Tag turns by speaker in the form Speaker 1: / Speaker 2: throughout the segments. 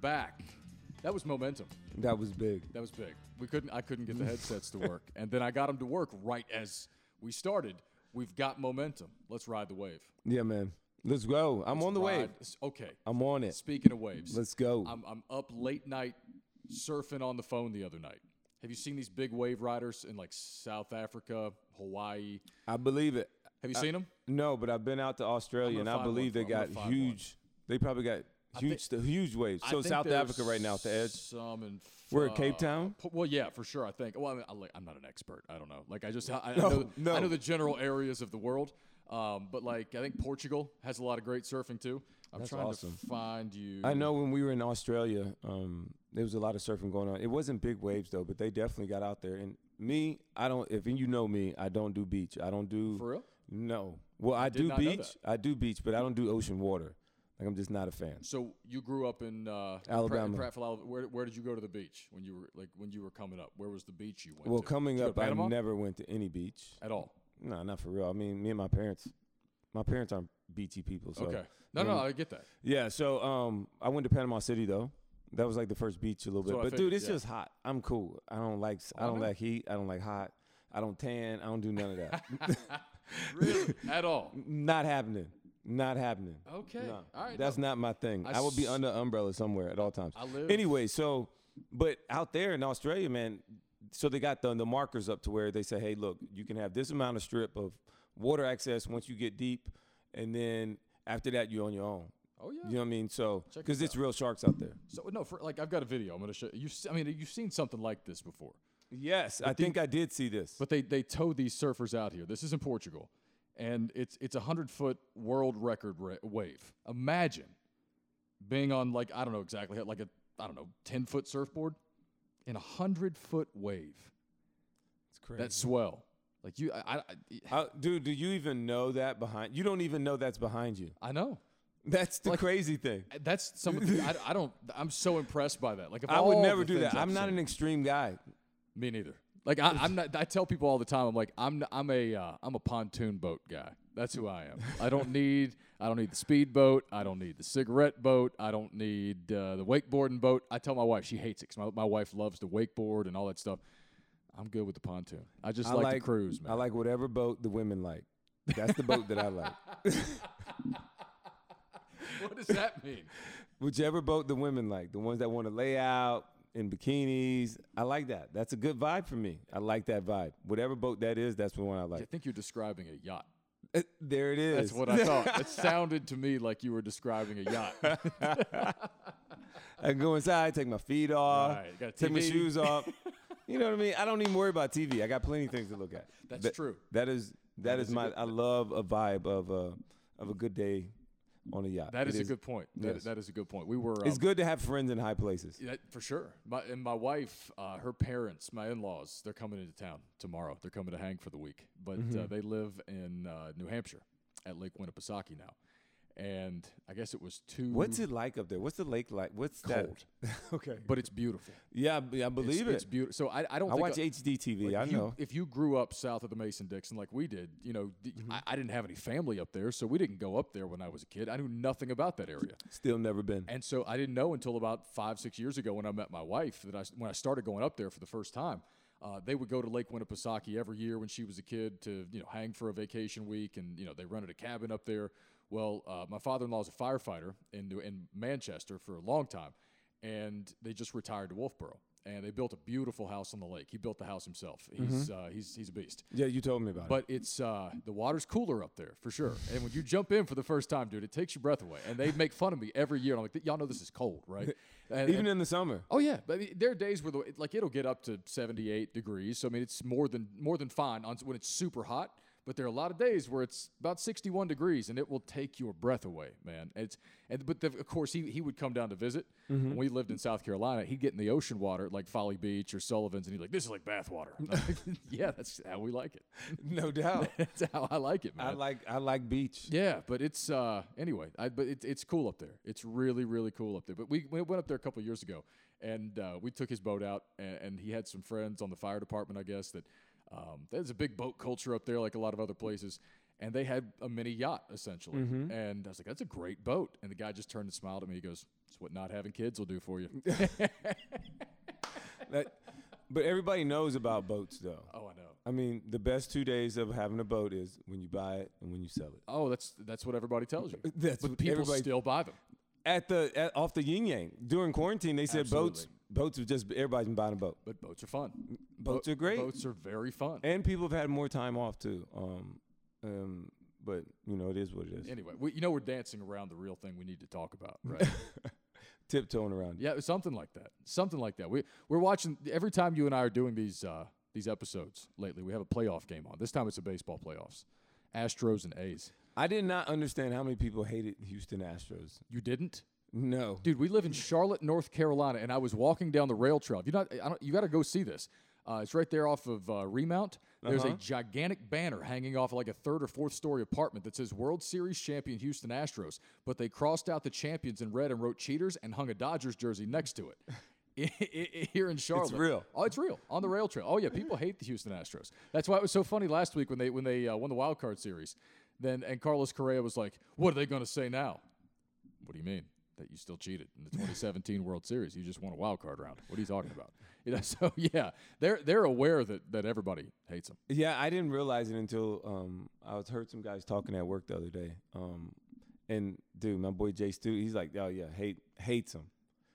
Speaker 1: back. That was momentum.
Speaker 2: That was big.
Speaker 1: That was big. We couldn't. I couldn't get the headsets to work, and then I got them to work right as we started. We've got momentum. Let's ride the wave.
Speaker 2: Yeah, man. Let's go. I'm on the wave.
Speaker 1: Ride- Okay.
Speaker 2: I'm on it.
Speaker 1: Speaking of waves,
Speaker 2: Let's go.
Speaker 1: I'm, I'm up late night surfing on the phone the other night. Have you seen these big wave riders in like South Africa, Hawaii?
Speaker 2: I believe it.
Speaker 1: Have you seen them?
Speaker 2: No, but I've been out to Australia
Speaker 1: I'm
Speaker 2: and
Speaker 1: gonna
Speaker 2: I
Speaker 1: find one
Speaker 2: believe
Speaker 1: for-
Speaker 2: they
Speaker 1: I'm gonna
Speaker 2: got
Speaker 1: find
Speaker 2: huge. They probably got huge, the huge waves.
Speaker 1: I
Speaker 2: So
Speaker 1: think
Speaker 2: South
Speaker 1: there's
Speaker 2: Africa right now at the edge.
Speaker 1: Some in
Speaker 2: We're at Cape Town?
Speaker 1: P- Well, yeah, for sure. I think. Well, I mean, I like- I'm not an expert. I don't know. Like, I just I, I know,
Speaker 2: no.
Speaker 1: I know the general areas of the world. Um, but like, I think Portugal has a lot of great surfing too. I'm trying
Speaker 2: awesome.
Speaker 1: to find you.
Speaker 2: I know when we were in Australia, um, there was a lot of surfing going on. It wasn't big waves though, but they definitely got out there. And me, I don't. If you know me, I don't do beach. I don't do
Speaker 1: For real?
Speaker 2: No. Well, I, do
Speaker 1: not know
Speaker 2: beach. I do beach, but I don't do ocean water. Like I'm just not a fan.
Speaker 1: So you grew up in uh, in Pratt-
Speaker 2: Alabama.
Speaker 1: Prattville, Alabama. Where, where did you go to the beach when you were like when you were coming up? Where was the beach you went?
Speaker 2: Well,
Speaker 1: to?
Speaker 2: coming
Speaker 1: Did you go
Speaker 2: up,
Speaker 1: to
Speaker 2: I
Speaker 1: Panama?
Speaker 2: never went to any beach.
Speaker 1: at all.
Speaker 2: No, not for real. I mean, me and my parents, my parents aren't beachy people. So
Speaker 1: Okay. No, no, I get that.
Speaker 2: Yeah, so um, I went to Panama City though. That was like the first beach a little bit,
Speaker 1: what I
Speaker 2: but
Speaker 1: figured,
Speaker 2: dude, it's
Speaker 1: yeah.
Speaker 2: just hot. I'm cool. I don't like I don't like heat. I don't like hot. I don't tan. I don't do none of that.
Speaker 1: Really? at all.
Speaker 2: not happening. Not happening.
Speaker 1: Okay.
Speaker 2: No,
Speaker 1: All right.
Speaker 2: that's not my thing. I, would be
Speaker 1: s-
Speaker 2: under umbrella somewhere at all times. I
Speaker 1: live-
Speaker 2: Anyway, so but out there in Australia, man, so they got the the markers up to where they say, hey, look, you can have this amount of strip of water access once you get deep, and then after that, you're on your own.
Speaker 1: Oh, yeah.
Speaker 2: You know what I mean? So because
Speaker 1: this
Speaker 2: it's real sharks out there.
Speaker 1: So no, for like I've got a video. I'm gonna show you. I mean, you've seen something like this before,
Speaker 2: Yes, I think I did see this.
Speaker 1: but they they tow these surfers out here. This is in Portugal, and it's it's a hundred foot world record ra- wave. Imagine being on like I don't know exactly like a I don't know ten foot surfboard in a hundred foot wave.
Speaker 2: it's crazy.
Speaker 1: That swell, like you, I, I, I-
Speaker 2: How, Uh, dude, do you even know that behind? You don't even know that's behind you.
Speaker 1: I know.
Speaker 2: That's the crazy thing.
Speaker 1: That's some. Of the, I, I don't. I'm so impressed by that. Like if
Speaker 2: I would
Speaker 1: all
Speaker 2: never
Speaker 1: the
Speaker 2: do that.
Speaker 1: things I've
Speaker 2: I'm not
Speaker 1: seen-
Speaker 2: an extreme guy.
Speaker 1: Me neither. Like I, I'm not. I tell people all the time. I'm like I'm. I'm a. Uh, I'm a pontoon boat guy. That's who I am. I don't need. I don't need the speedboat. I don't need the cigarette boat. I don't need uh, the wakeboarding boat. I tell my wife she hates it. 'cause my, my wife loves to wakeboard and all that stuff. I'm good with the pontoon. I just
Speaker 2: I
Speaker 1: like,
Speaker 2: like
Speaker 1: to cruise, man.
Speaker 2: I like whatever boat the women like. That's the boat that I like.
Speaker 1: what does that mean?
Speaker 2: Whichever boat the women like, the ones that want to lay out in bikinis, I like that. That's a good vibe for me. I like that vibe. Whatever boat that is, that's the one I
Speaker 1: I
Speaker 2: like.
Speaker 1: think you're describing a yacht.
Speaker 2: Eh, There it is.
Speaker 1: That's what I thought. It sounded to me like you were describing a yacht.
Speaker 2: I can go inside, take my feet off,
Speaker 1: Right, got
Speaker 2: take my
Speaker 1: TV.
Speaker 2: shoes off. you know what I mean? I don't even worry about TV. I got plenty of things to look at.
Speaker 1: That's
Speaker 2: That-
Speaker 1: true.
Speaker 2: That is that is, my. I love a vibe of a of a good day on a yacht.
Speaker 1: That
Speaker 2: It
Speaker 1: is, a good point. That,
Speaker 2: yes.
Speaker 1: that is a good point. We were. um,
Speaker 2: It's good to have friends in high places.
Speaker 1: That, for sure. My and my wife, uh, her parents, my in-laws, they're coming into town tomorrow. They're coming to hang for the week, but uh,
Speaker 2: Mm-hmm.
Speaker 1: they live in uh, New Hampshire at Lake Winnipesaukee now. And I guess it was two.
Speaker 2: What's it like up there? What's the lake like? What's
Speaker 1: cold?
Speaker 2: that? okay.
Speaker 1: But it's beautiful.
Speaker 2: Yeah, b- I believe
Speaker 1: it's, It's
Speaker 2: it.
Speaker 1: beautiful. So I, I don't.
Speaker 2: I
Speaker 1: think
Speaker 2: watch HDTV. I
Speaker 1: if you-
Speaker 2: know.
Speaker 1: if you grew up south of the Mason Dixon like we did, you know, d
Speaker 2: Mm-hmm.
Speaker 1: I- I, didn't have any family up there, so we didn't go up there when I was a kid. I knew nothing about that area.
Speaker 2: Still never been.
Speaker 1: And so I didn't know until about five, six years ago when I met my wife that I, when I started going up there for the first time, uh, they would go to Lake Winnipesaukee every year when she was a kid to you know hang for a vacation week, and you know they rented a cabin up there. Well, uh, my father-in-law is a firefighter in New- in Manchester for a long time, and they just retired to Wolfboro, and they built a beautiful house on the lake. He built the house himself. He's uh, he's he's a beast.
Speaker 2: yeah, you told me about it.
Speaker 1: But it's uh, the water's cooler up there for sure. And when you jump in for the first time, dude, it takes your breath away. And they make fun of me every year. And I'm like, y'all know this is cold, right? And,
Speaker 2: Even
Speaker 1: and-
Speaker 2: in the summer.
Speaker 1: oh yeah, but I mean, there are days where the, it- like it'll get up to 78 degrees. So I mean, it's more than more than fine on when it's super hot. But there are a lot of days where it's about 61 degrees, and it will take your breath away, man. It's and but the, of course he he would come down to visit.
Speaker 2: Mm-hmm.
Speaker 1: When we lived in South Carolina, he'd get in the ocean water at like Folly Beach or Sullivan's, and he'd be like, "This is like bath water." And I'm like, yeah, that's how we like it.
Speaker 2: No doubt.
Speaker 1: That's how I like it, man.
Speaker 2: I like I like beach.
Speaker 1: yeah, but it's uh anyway, I, but it, it's cool up there. It's really really cool up there. But we, we went up there a couple years ago, and uh, we took his boat out, and, and he had some friends on the fire department, I guess. That um, there's a big boat culture up there, like a lot of other places. and they had a mini yacht essentially.
Speaker 2: Mm-hmm.
Speaker 1: And I was like, "That's a great boat." And the guy just turned and smiled at me. He goes, "It's what not having kids will do for you."
Speaker 2: That, but everybody knows about boats, though.
Speaker 1: oh, I know.
Speaker 2: I mean, the best two days of having a boat is when you buy it and when you sell it.
Speaker 1: Oh, that's that's what everybody tells you.
Speaker 2: That's
Speaker 1: but
Speaker 2: what
Speaker 1: people
Speaker 2: everybody-
Speaker 1: still buy them.
Speaker 2: At the at, off the yin yang during quarantine, they said boats
Speaker 1: Absolutely.
Speaker 2: boats have just everybody's been buying a boat,
Speaker 1: But boats are fun.
Speaker 2: Boats are great.
Speaker 1: Boats are very fun.
Speaker 2: and people have had more time off too. Um, um, but you know, it is what it is.
Speaker 1: Anyway, we, you know we're dancing around the real thing we need to talk about, right?
Speaker 2: Tiptoeing around.
Speaker 1: yeah, something like that. Something like that. We we're watching every time you and I are doing these uh, these episodes lately. We have a playoff game on. This time it's a baseball playoffs. Astros and A's.
Speaker 2: I did not understand how many people hated Houston Astros.
Speaker 1: You didn't?
Speaker 2: No,
Speaker 1: Dude, we live in Charlotte, North Carolina, and I was walking down the rail trail. You not, I don't, you got to go see this. Uh, it's right there off of uh, Remount. There's a gigantic banner hanging off like a third or fourth story apartment that says World Series champion Houston Astros, but they crossed out the champions in red and wrote cheaters and hung a Dodgers jersey next to it. I- I- I- Here in Charlotte,
Speaker 2: real.
Speaker 1: Oh, it's real on the rail trail. Oh yeah, people hate the Houston Astros. That's why it was so funny last week when they when they uh, won the wild card series. Then and Carlos Correa was like, "What are they going to say now?" What do you mean? That you still cheated in the 2017 World Series? You just won a wild card round. What are you talking about? You know, so yeah, they're they're aware that that everybody hates them.
Speaker 2: Yeah, I didn't realize it until um, I was heard some guys talking at work the other day. Um, and dude, my boy Jay Stu, he's like, oh yeah, hate hates him,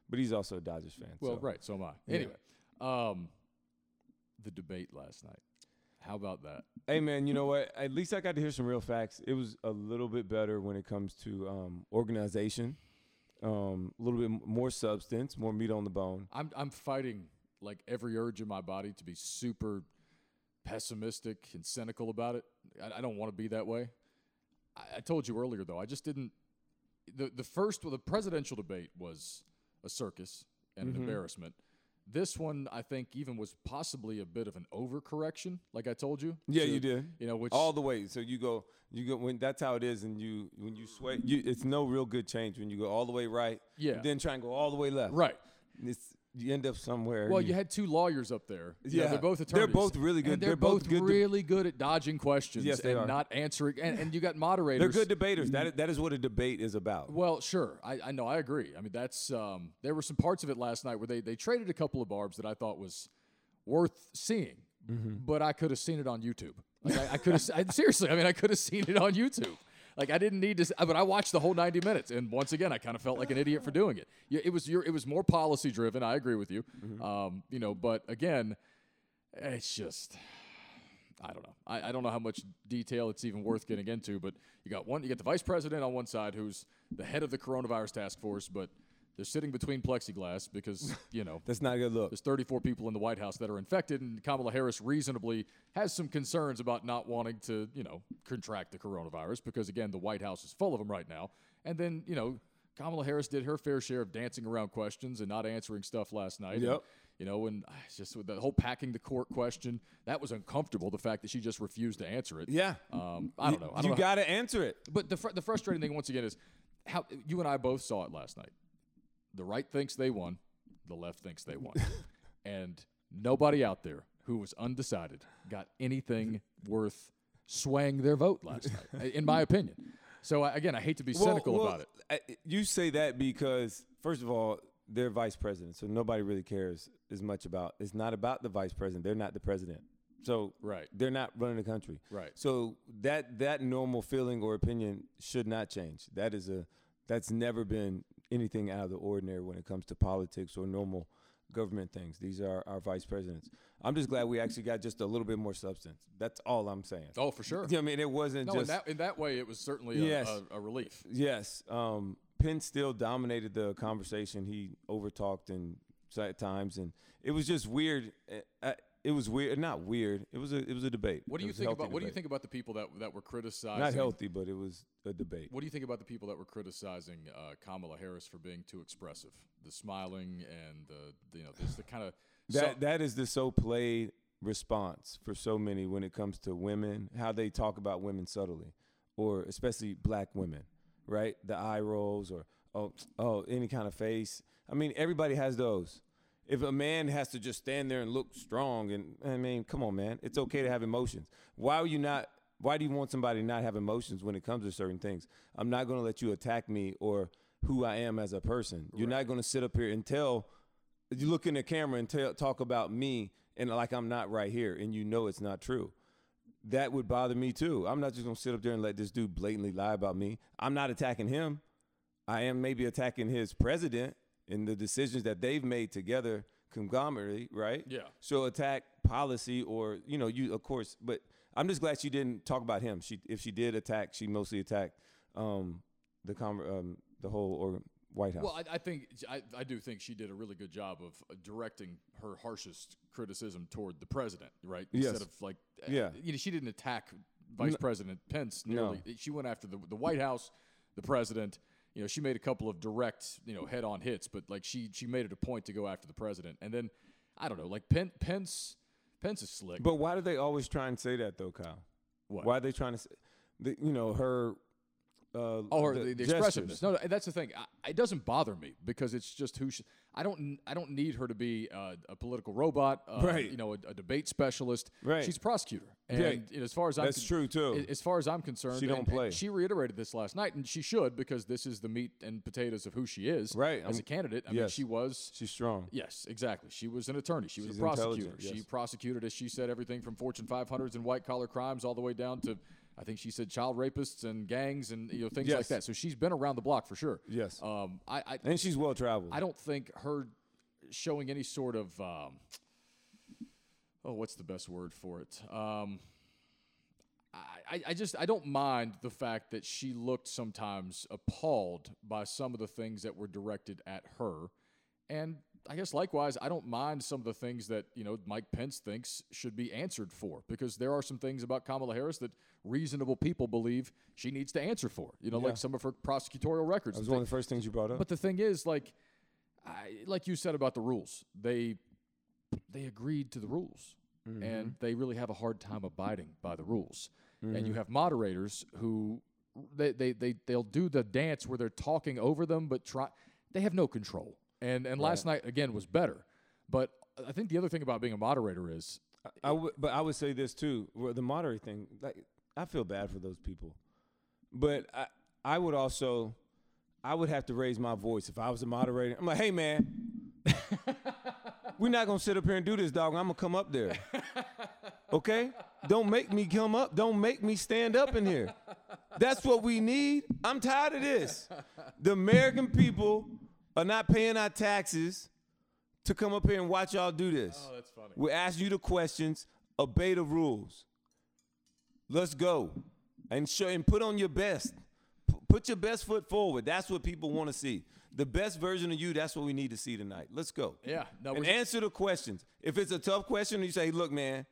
Speaker 2: but he's also a Dodgers fan.
Speaker 1: Well,
Speaker 2: so.
Speaker 1: right. So am I.
Speaker 2: Yeah.
Speaker 1: Anyway, um, the debate last night. How about that?
Speaker 2: Hey man, you know what? At least I got to hear some real facts. It was a little bit better when it comes to um, organization, um, a little bit m- more substance, more meat on the bone.
Speaker 1: I'm I'm fighting like every urge in my body to be super pessimistic and cynical about it. I, I don't want to be that way. I, I told you earlier though, I just didn't. The the first well, the presidential debate was a circus and an
Speaker 2: Mm-hmm.
Speaker 1: embarrassment. This one, I think, even was possibly a bit of an overcorrection, like I told you.
Speaker 2: Yeah,
Speaker 1: to-
Speaker 2: you did.
Speaker 1: You know, which
Speaker 2: All the way. So you go, you go. When that's how it is, and you when you sway, you, it's no real good change when you go all the way right.
Speaker 1: Yeah.
Speaker 2: Then try and go all the way left.
Speaker 1: right.
Speaker 2: It's, you end up somewhere.
Speaker 1: Well, you had two lawyers up there. You know,
Speaker 2: Yeah.
Speaker 1: they're both
Speaker 2: They're
Speaker 1: attorneys.
Speaker 2: both really
Speaker 1: And
Speaker 2: good-
Speaker 1: they're,
Speaker 2: they're
Speaker 1: both,
Speaker 2: both good deb-
Speaker 1: really good at dodging questions
Speaker 2: Yes, they
Speaker 1: and
Speaker 2: are.
Speaker 1: not answering. And, and you got moderators.
Speaker 2: They're good debaters. That i- that is what a debate is about.
Speaker 1: Well, sure. I, I know. I agree. I mean, that's um, there were some parts of it last night where they they traded a couple of barbs that I thought was worth seeing,
Speaker 2: Mm-hmm.
Speaker 1: but I could have seen it on YouTube. Like, I, I could have I, seriously. I mean, I could have seen it on YouTube. Like I didn't need to, s- but I watched the whole 90 minutes, and once again, I kind of felt like an idiot for doing it. Yeah, It was your, it was more policy driven. I agree with you,
Speaker 2: Mm-hmm.
Speaker 1: um, you know. But again, it's just I don't know. I, I don't know how much detail it's even worth getting into, but you got one you got the vice president on one side who's the head of the coronavirus task force, but they're sitting between plexiglass because, you know,
Speaker 2: That's not a good look.
Speaker 1: there's 34 people in the White House that are infected, and Kamala Harris reasonably has some concerns about not wanting to, you know, contract the coronavirus because, again, the White House is full of them right now. And then, you know, Kamala Harris did her fair share of dancing around questions and not answering stuff last night. And,
Speaker 2: Yep.
Speaker 1: you know, and ah, it's just with the whole packing the court question, that was uncomfortable, the fact that she just refused to answer it.
Speaker 2: Yeah.
Speaker 1: Um, I don't know. I don't
Speaker 2: you
Speaker 1: know.
Speaker 2: got to answer it.
Speaker 1: But the, fr- the frustrating thing, once again, is how you and I both saw it last night. The right thinks they won, the left thinks they won. and nobody out there who was undecided got anything worth swaying their vote last night, i- in my opinion. So, I, again, I hate to be cynical about it.
Speaker 2: I- you say that because first of all, they're vice president, so nobody really cares as much about. It's not about the vice president. They're not the president, so
Speaker 1: Right.
Speaker 2: They're not running the country,
Speaker 1: Right.
Speaker 2: So that that normal feeling or opinion should not change. That is a that's never been anything out of the ordinary when it comes to politics or normal government things. These are our vice presidents. I'm just glad we actually got just a little bit more substance. That's all I'm saying.
Speaker 1: Oh, for sure.
Speaker 2: Yeah, I mean, it wasn't
Speaker 1: No,
Speaker 2: just
Speaker 1: in, that, in that way, it was certainly a,
Speaker 2: Yes.
Speaker 1: a, a relief.
Speaker 2: Yes. Um, Penn still dominated the conversation. He overtalked and s- at times, and it was just weird. Uh, uh, It was weird, not weird. It was a it was a debate.
Speaker 1: What do
Speaker 2: It
Speaker 1: you
Speaker 2: was a
Speaker 1: think
Speaker 2: healthy
Speaker 1: about what do you
Speaker 2: debate.
Speaker 1: think about the people that that were criticizing?
Speaker 2: Not healthy, but it was a debate.
Speaker 1: What do you think about the people that were criticizing uh, Kamala Harris for being too expressive? The smiling and the, the you know, this the kind of
Speaker 2: That that is the so played response for so many when it comes to women, how they talk about women subtly, or especially black women, right? The eye rolls or oh oh any kind of face. I mean, everybody has those. If a man has to just stand there and look strong, and I mean, come on, man, it's okay to have emotions. Why are you not? Why do you want somebody to not have emotions when it comes to certain things? I'm not going to let you attack me or who I am as a person. You're not going to sit up here and tell, you look in the camera and tell, talk about me and like I'm not right here, and you know it's not true. That would bother me too. I'm not just going to sit up there and let this dude blatantly lie about me. I'm not attacking him. I am maybe attacking his president and the decisions that they've made together conglomerate, right?
Speaker 1: Yeah.
Speaker 2: So attack policy or you know you of course, but I'm just glad she didn't talk about him. She if she did attack, she mostly attacked um, the conver- um, the whole or White House.
Speaker 1: Well, I, I think I, I do think she did a really good job of uh, directing her harshest criticism toward the president, right?
Speaker 2: Yes.
Speaker 1: Instead of like, uh,
Speaker 2: Yeah.
Speaker 1: you know, she didn't attack Vice President Pence. Nearly. She went after the the White House, the president. You know, she made a couple of direct, you know, head on hits, but like she she made it a point to go after the president, and then I don't know, like Pen, Pence Pence is slick.
Speaker 2: but why do they always try and say that though, Kyle?
Speaker 1: What?
Speaker 2: Why are they trying to say, the, you know, her? Uh,
Speaker 1: Oh, or the, the, expressiveness.
Speaker 2: gestures.
Speaker 1: No, no, that's the thing. I, it doesn't bother me because it's just who she. I don't. I don't need her to be uh, a political robot. Uh,
Speaker 2: Right.
Speaker 1: You know, a, a debate specialist.
Speaker 2: Right.
Speaker 1: She's a prosecutor, and
Speaker 2: Right.
Speaker 1: you know, as far as I'm
Speaker 2: That's true, too.
Speaker 1: a- As far as I'm concerned,
Speaker 2: She
Speaker 1: and-
Speaker 2: don't play.
Speaker 1: and she reiterated this last night, and she should because this is the meat and potatoes of who she is.
Speaker 2: Right,
Speaker 1: As
Speaker 2: I'm-
Speaker 1: a candidate, I mean,
Speaker 2: yes.
Speaker 1: she was.
Speaker 2: She's strong.
Speaker 1: Yes, exactly. She was an attorney. She was
Speaker 2: She's
Speaker 1: a prosecutor.
Speaker 2: intelligent,
Speaker 1: She
Speaker 2: yes.
Speaker 1: prosecuted, as she said, everything from Fortune 500s and white collar crimes all the way down to, I think she said, child rapists and gangs and you know things like
Speaker 2: Yes.
Speaker 1: that. So she's been around the block for sure.
Speaker 2: Yes.
Speaker 1: Um, I, I
Speaker 2: And she's well traveled.
Speaker 1: I don't think her showing any sort of um, oh, what's the best word for it? Um, I, I- I just I don't mind the fact that she looked sometimes appalled by some of the things that were directed at her, and I guess likewise I don't mind some of the things that you know Mike Pence thinks should be answered for because there are some things about Kamala Harris that reasonable people believe she needs to answer for. You know, like some of her prosecutorial records.
Speaker 2: It
Speaker 1: and
Speaker 2: was one of the first things you brought up.
Speaker 1: but the thing is, like, I, like you said about the rules, they they agreed to the rules,
Speaker 2: Mm-hmm.
Speaker 1: and they really have a hard time abiding by the rules. And
Speaker 2: Mm-hmm.
Speaker 1: you have moderators who they they they they'll do the dance where they're talking over them, but try they have no control. And and last night again was better, but I think the other thing about being a moderator is
Speaker 2: I would, but I would say this too. well, The moderate thing, like I feel bad for those people, but I, I would also, I would have to raise my voice if I was a moderator. I'm like, hey man, we're not gonna sit up here and do this, dog. I'm gonna come up there, okay? Don't make me come up. Don't make me stand up in here. That's what we need. I'm tired of this. The American people are not paying our taxes to come up here and watch y'all do this.
Speaker 1: Oh, that's funny.
Speaker 2: We ask you the questions, obey the rules. Let's go. And show and put on your best. P- put your best foot forward. That's what people want to see. The best version of you, that's what we need to see tonight. Let's go.
Speaker 1: Yeah, no,
Speaker 2: and
Speaker 1: we're-
Speaker 2: answer the questions. If it's a tough question, you say, look, man,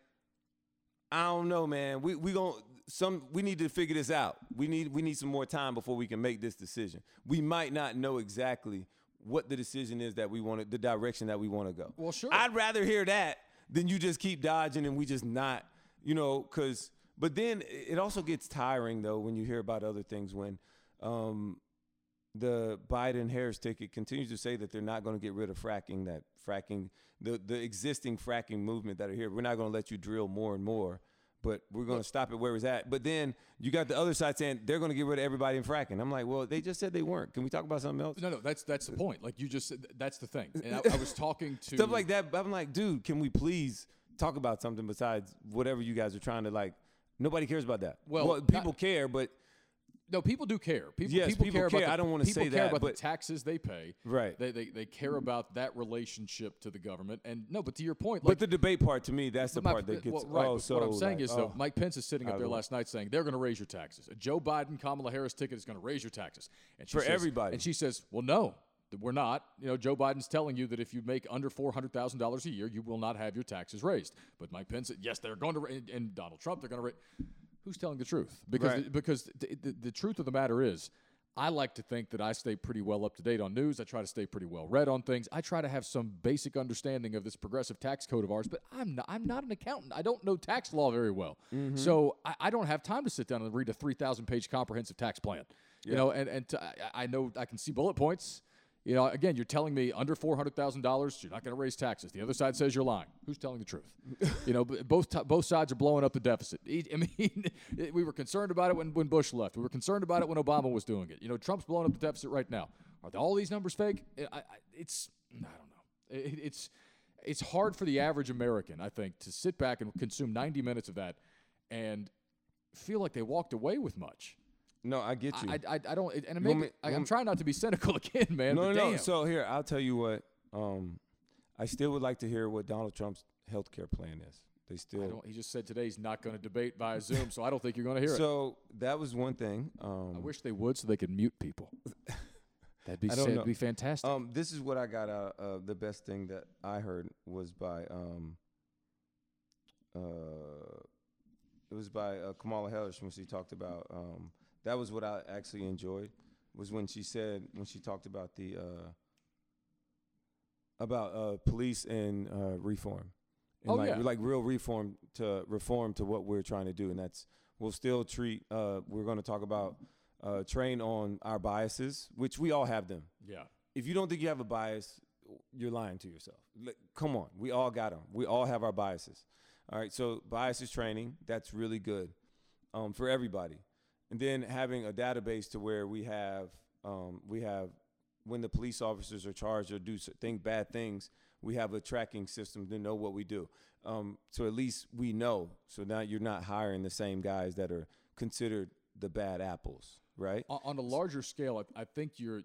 Speaker 2: I don't know, man. We we going some we need to figure this out. We need we need some more time before we can make this decision. We might not know exactly what the decision is that we want to, the direction that we want to go.
Speaker 1: Well, sure.
Speaker 2: I'd rather hear that than you just keep dodging and we just not, you know, cuz but then it also gets tiring though when you hear about other things when um the Biden Harris ticket continues to say that they're not going to get rid of fracking, that fracking, the, the existing fracking movement that are here. We're not going to let you drill more and more, but we're going to stop it where it's at. But then you got the other side saying they're going to get rid of everybody in fracking. I'm like, well, they just said they weren't. Can we talk about something else?
Speaker 1: no, no, that's that's the point. Like you just said, that's the thing. And I, I was talking to
Speaker 2: Stuff like that. I'm like, dude, can we please talk about something besides whatever you guys are trying to like? Nobody cares about that.
Speaker 1: Well,
Speaker 2: people
Speaker 1: not-
Speaker 2: care, but
Speaker 1: No, people do care. People,
Speaker 2: Yes,
Speaker 1: people,
Speaker 2: people
Speaker 1: care, about.
Speaker 2: care.
Speaker 1: The,
Speaker 2: I don't wanna
Speaker 1: people
Speaker 2: say
Speaker 1: care
Speaker 2: that,
Speaker 1: about
Speaker 2: but-
Speaker 1: the taxes they pay.
Speaker 2: Right.
Speaker 1: They, they they care about that relationship to the government. And no, but to your point,
Speaker 2: but
Speaker 1: like
Speaker 2: the debate part to me, that's the
Speaker 1: my-
Speaker 2: part that gets.
Speaker 1: well, right.
Speaker 2: oh,
Speaker 1: but
Speaker 2: so
Speaker 1: what I'm saying
Speaker 2: like,
Speaker 1: is though,
Speaker 2: oh.
Speaker 1: Mike Pence is sitting up there
Speaker 2: don't-
Speaker 1: last night saying they're going to raise your taxes. A Joe Biden Kamala Harris ticket is going to raise your taxes. And she
Speaker 2: For
Speaker 1: says-
Speaker 2: everybody.
Speaker 1: And she says, well, no. that We're not. You know, Joe Biden's telling you that if you make under four hundred thousand dollars a year, you will not have your taxes raised. But Mike Pence, said, yes, they're going to, ra- and, and Donald Trump, they're going to. Ra- Who's telling the truth? Because
Speaker 2: Right.
Speaker 1: the, because the, the, the truth of the matter is, I like to think that I stay pretty well up to date on news. I try to stay pretty well read on things. I try to have some basic understanding of this progressive tax code of ours, but I'm not, I'm not an accountant. I don't know tax law very well. So I, I don't have time to sit down and read a 3,000 page comprehensive tax plan. You know, and, and to, I, I know I can see bullet points. You know, again, you're telling me under four hundred thousand dollars, you're not going to raise taxes. The other side says you're lying. Who's telling the truth? you know, b- both t- both sides are blowing up the deficit. E- I mean, we were concerned about it when, when Bush left. We were concerned about it when Obama was doing it. You know, Trump's blowing up the deficit right now. Are all these numbers fake? I, I, it's I don't know. It, it's it's hard for the average American, I think, to sit back and consume ninety minutes of that and feel like they walked away with much.
Speaker 2: No, I get you.
Speaker 1: I, I, I don't, and
Speaker 2: want
Speaker 1: maybe,
Speaker 2: me-
Speaker 1: I,
Speaker 2: you
Speaker 1: I'm
Speaker 2: want-
Speaker 1: trying not to be cynical again, man.
Speaker 2: no,
Speaker 1: but
Speaker 2: no,
Speaker 1: damn.
Speaker 2: no. So here, I'll tell you what. Um, I still would like to hear what Donald Trump's health care plan is. They
Speaker 1: I
Speaker 2: still.
Speaker 1: don't, he just said today he's not going to debate via Zoom, so I don't think you're going to hear it.
Speaker 2: So that was one thing. Um,
Speaker 1: I wish they would, so they could mute people. That'd be
Speaker 2: I don't
Speaker 1: that'd
Speaker 2: know.
Speaker 1: be fantastic.
Speaker 2: Um, this is what I got. Uh, uh, the best thing that I heard was by um, uh, it was by uh, Kamala Harris when she talked about um, that was what I actually enjoyed was when she said when she talked about the uh, about uh, police and uh, reform. And
Speaker 1: Oh,
Speaker 2: like,
Speaker 1: yeah.
Speaker 2: like real reform to reform to what we're trying to do, and that's we'll still treat. Uh, we're going to talk about uh, train on our biases, which we all have them
Speaker 1: yeah,
Speaker 2: if you don't think you have a bias, you're lying to yourself. Like, come on, we all got them. We all have our biases. All right, so biases training that's really good um, for everybody, and then having a database to where we have um, we have when the police officers are charged or do cer- think bad things, we have a tracking system to know what we do. Um, so at least we know. So now you're not hiring the same guys that are considered the bad apples, right?
Speaker 1: on, on a larger scale, I, I think you're.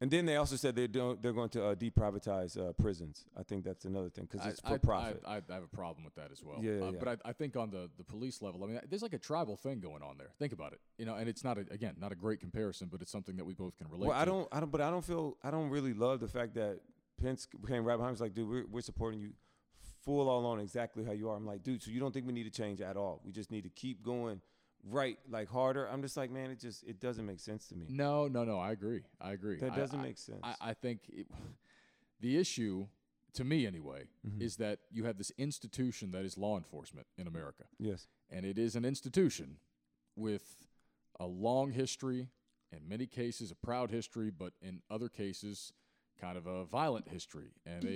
Speaker 2: And then they also said they're doing, they're going to uh, deprivatize uh, prisons. I think that's another thing because
Speaker 1: I,
Speaker 2: it's for
Speaker 1: I-
Speaker 2: profit.
Speaker 1: I, I, I have a problem with that as well.
Speaker 2: Yeah, yeah,
Speaker 1: Uh,
Speaker 2: yeah.
Speaker 1: But I, I think on the, the police level, I mean, there's like a tribal thing going on there. Think about it, you know. And it's not a, again not a great comparison, but it's something that we both can relate.
Speaker 2: well,
Speaker 1: to.
Speaker 2: I don't, I don't, but I don't feel, I don't really love the fact that Pence came right behind. me. He's like, dude, we're, we're supporting you full all on exactly how you are. I'm like, dude, so you don't think we need to change at all? We just need to keep going right, like harder. I'm just like, man, it just, it doesn't make sense to me.
Speaker 1: No, no, no. I agree. I agree.
Speaker 2: That
Speaker 1: I-
Speaker 2: doesn't
Speaker 1: I-
Speaker 2: make sense.
Speaker 1: I, I think it, the issue, to me anyway,
Speaker 2: Mm-hmm.
Speaker 1: is that you have this institution that is law enforcement in America,
Speaker 2: yes.
Speaker 1: and it is an institution with a long history, in many cases a proud history, but in other cases, kind of a violent history and a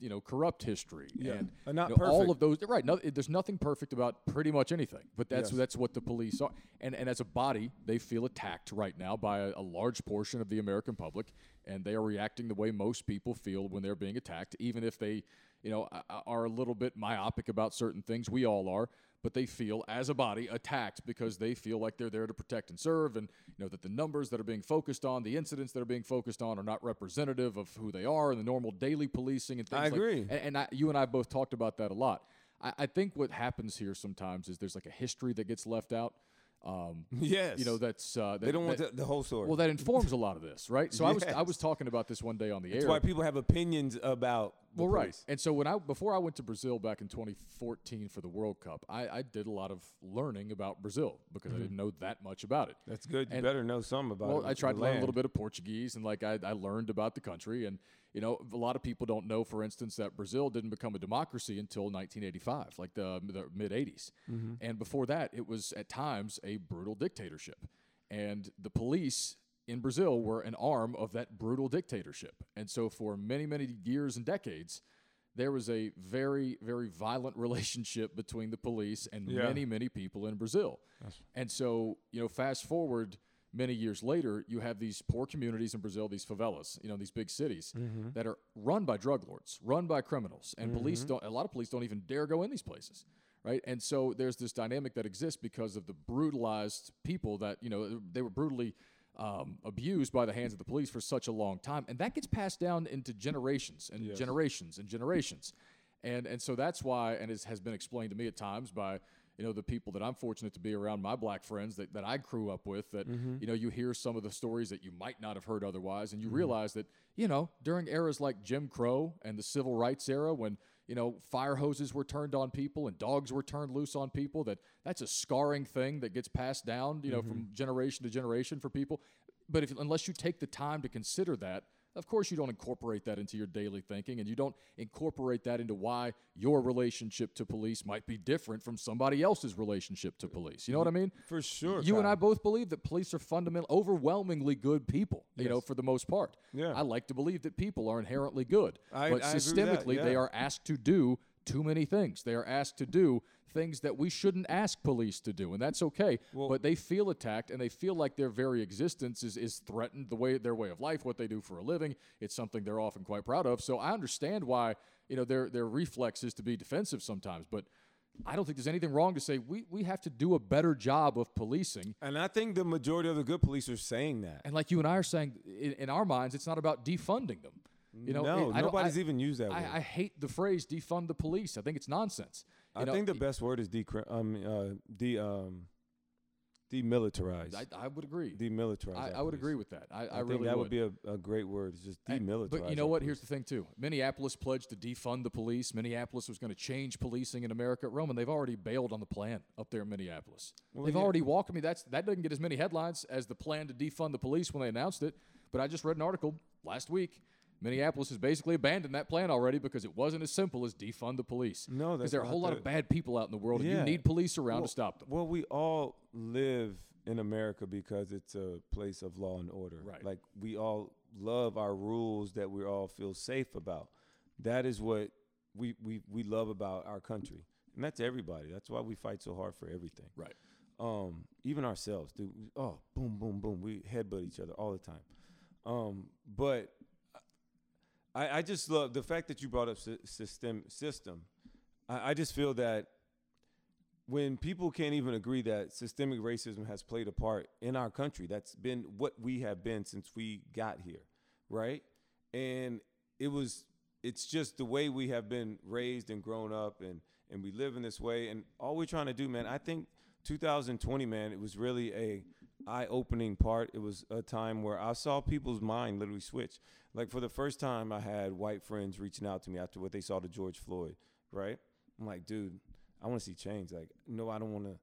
Speaker 1: you know corrupt history.
Speaker 2: Mm-hmm. Yeah.
Speaker 1: And
Speaker 2: Uh, not
Speaker 1: you know, all
Speaker 2: perfect.
Speaker 1: of those. Right. No, there's nothing perfect about pretty much anything, but that's
Speaker 2: Yes.
Speaker 1: that's what the police are. And and as a body, they feel attacked right now by a, a large portion of the American public, and they are reacting the way most people feel when they're being attacked, even if they, you know, a- a- are a little bit myopic about certain things. We all are. But they feel, as a body, attacked because they feel like they're there to protect and serve, and you know that the numbers that are being focused on, the incidents that are being focused on, are not representative of who they are and the normal daily policing and things.
Speaker 2: I
Speaker 1: like-
Speaker 2: agree.
Speaker 1: and, and I, you and I both talked about that a lot. I, I think what happens here sometimes is there's like a history that gets left out. Um,
Speaker 2: Yes.
Speaker 1: You know, that's uh, that,
Speaker 2: they don't want
Speaker 1: that-
Speaker 2: the, the whole story.
Speaker 1: well, that informs a lot of this, right? So I was I
Speaker 2: Yes.
Speaker 1: was talking about this one day on the
Speaker 2: that's
Speaker 1: air.
Speaker 2: why people have opinions about. the
Speaker 1: well, right.
Speaker 2: police.
Speaker 1: And so when I before I went to Brazil back in 2014 for the World Cup, I, I did a lot of learning about Brazil because I didn't know that much about it.
Speaker 2: Mm-hmm. That's good. You
Speaker 1: And-
Speaker 2: better know some about.
Speaker 1: Well,
Speaker 2: it,
Speaker 1: I
Speaker 2: the
Speaker 1: tried to learn a
Speaker 2: land.
Speaker 1: little bit of Portuguese, and like I, I learned about the country. And you know, a lot of people don't know, for instance, that Brazil didn't become a democracy until 1985, like the, the mid 80s.
Speaker 2: Mm-hmm.
Speaker 1: And before that, it was at times a brutal dictatorship, and the police in Brazil were an arm of that brutal dictatorship. And so, for many, many years and decades. There was a very, very violent relationship between the police and
Speaker 2: Yeah.
Speaker 1: many, many people in Brazil. And so, you know, fast forward many years later, you have these poor communities in Brazil, these favelas, you know, these big cities that are run by drug lords, run by criminals, and police don't. A lot of police don't even dare go in these places, right? And so there's this dynamic that exists because of the brutalized people that you know they were brutally. Um, abused by the hands of the police for such a long time, and that gets passed down into generations and generations and generations and and so that's why and it has been explained to me at times by you know the people that I'm fortunate to be around my black friends that, that I grew up with that you know you hear some of the stories that you might not have heard otherwise and you realize that you know during eras like Jim Crow and the civil rights era when you know fire hoses were turned on people and dogs were turned loose on people that that's a scarring thing that gets passed down you know from generation to generation for people but if unless you take the time to consider that Of course, you don't incorporate that into your daily thinking, and you don't incorporate that into why your relationship to police might be different from somebody else's relationship to police. You know what I mean?
Speaker 2: For sure.
Speaker 1: You and
Speaker 2: Kyle.
Speaker 1: I both believe that police are fundamental, overwhelmingly good people. You know, for the most part.
Speaker 2: Yeah.
Speaker 1: I like to believe that people are inherently good,
Speaker 2: I-
Speaker 1: but
Speaker 2: I agree with that,
Speaker 1: systemically they
Speaker 2: yeah.
Speaker 1: are asked to do too many things. They are asked to do things that we shouldn't ask police to do, and that's okay. but they feel attacked, and they feel like their very existence is is threatened. The way their way of life, what they do for a living, it's something they're often quite proud of. So I understand why you know their their reflex is to be defensive sometimes, but. I don't think there's anything wrong to say we, we have to do a better job of policing
Speaker 2: And I think the majority of the good police are saying that.
Speaker 1: and like you and I are saying, in, in our minds, it's not about defunding them. You know,
Speaker 2: No,
Speaker 1: I don't-
Speaker 2: nobody's
Speaker 1: I-
Speaker 2: even used that word.
Speaker 1: I, I hate the phrase "defund the police." I think it's nonsense. You
Speaker 2: I
Speaker 1: know,
Speaker 2: think the best word is decri- um, uh, de- um, demilitarized.
Speaker 1: I, I would agree.
Speaker 2: demilitarize.
Speaker 1: I,
Speaker 2: our
Speaker 1: I would
Speaker 2: police.
Speaker 1: agree with that. I, I,
Speaker 2: I, think
Speaker 1: really
Speaker 2: that would,
Speaker 1: would.
Speaker 2: be a, a great word. It's just demilitarize.
Speaker 1: But you
Speaker 2: our
Speaker 1: know what?
Speaker 2: police.
Speaker 1: Here's the thing, too. Minneapolis pledged to defund the police. Minneapolis was going to change policing in America. Roman, they've already bailed on the plan up there in Minneapolis. they've
Speaker 2: yeah.
Speaker 1: already walked. I mean, that's that doesn't get as many headlines as the plan to defund the police when they announced it. But I just read an article last week. Minneapolis has basically abandoned that plan already because it wasn't as simple as defund the police.
Speaker 2: No,
Speaker 1: because
Speaker 2: that's
Speaker 1: there are a
Speaker 2: not
Speaker 1: whole lot
Speaker 2: the-
Speaker 1: of bad people out in the world, and you
Speaker 2: Yeah.
Speaker 1: need police around
Speaker 2: Well-
Speaker 1: to stop them.
Speaker 2: Well, we all live in America because it's a place of law and order.
Speaker 1: Right.
Speaker 2: Like we all love our rules that we all feel safe about. That is what we we we love about our country, and that's everybody. That's why we fight so hard for everything.
Speaker 1: Right.
Speaker 2: Um, even ourselves, dude. We- Oh, boom, boom, boom. We headbutt each other all the time. Um, but I, I just love the fact that you brought up sy- system system. I, I just feel that when people can't even agree that systemic racism has played a part in our country, that's been what we have been since we got here, right? And it was it's just the way we have been raised and grown up and and we live in this way and all we're trying to do, man, I think 2020, man, it was really a eye-opening part. It was a time where I saw people's mind literally switch. Like for the first time I had white friends reaching out to me after what they saw to George Floyd, right? I'm like, dude, I want to see change. Like, no, I don't want to.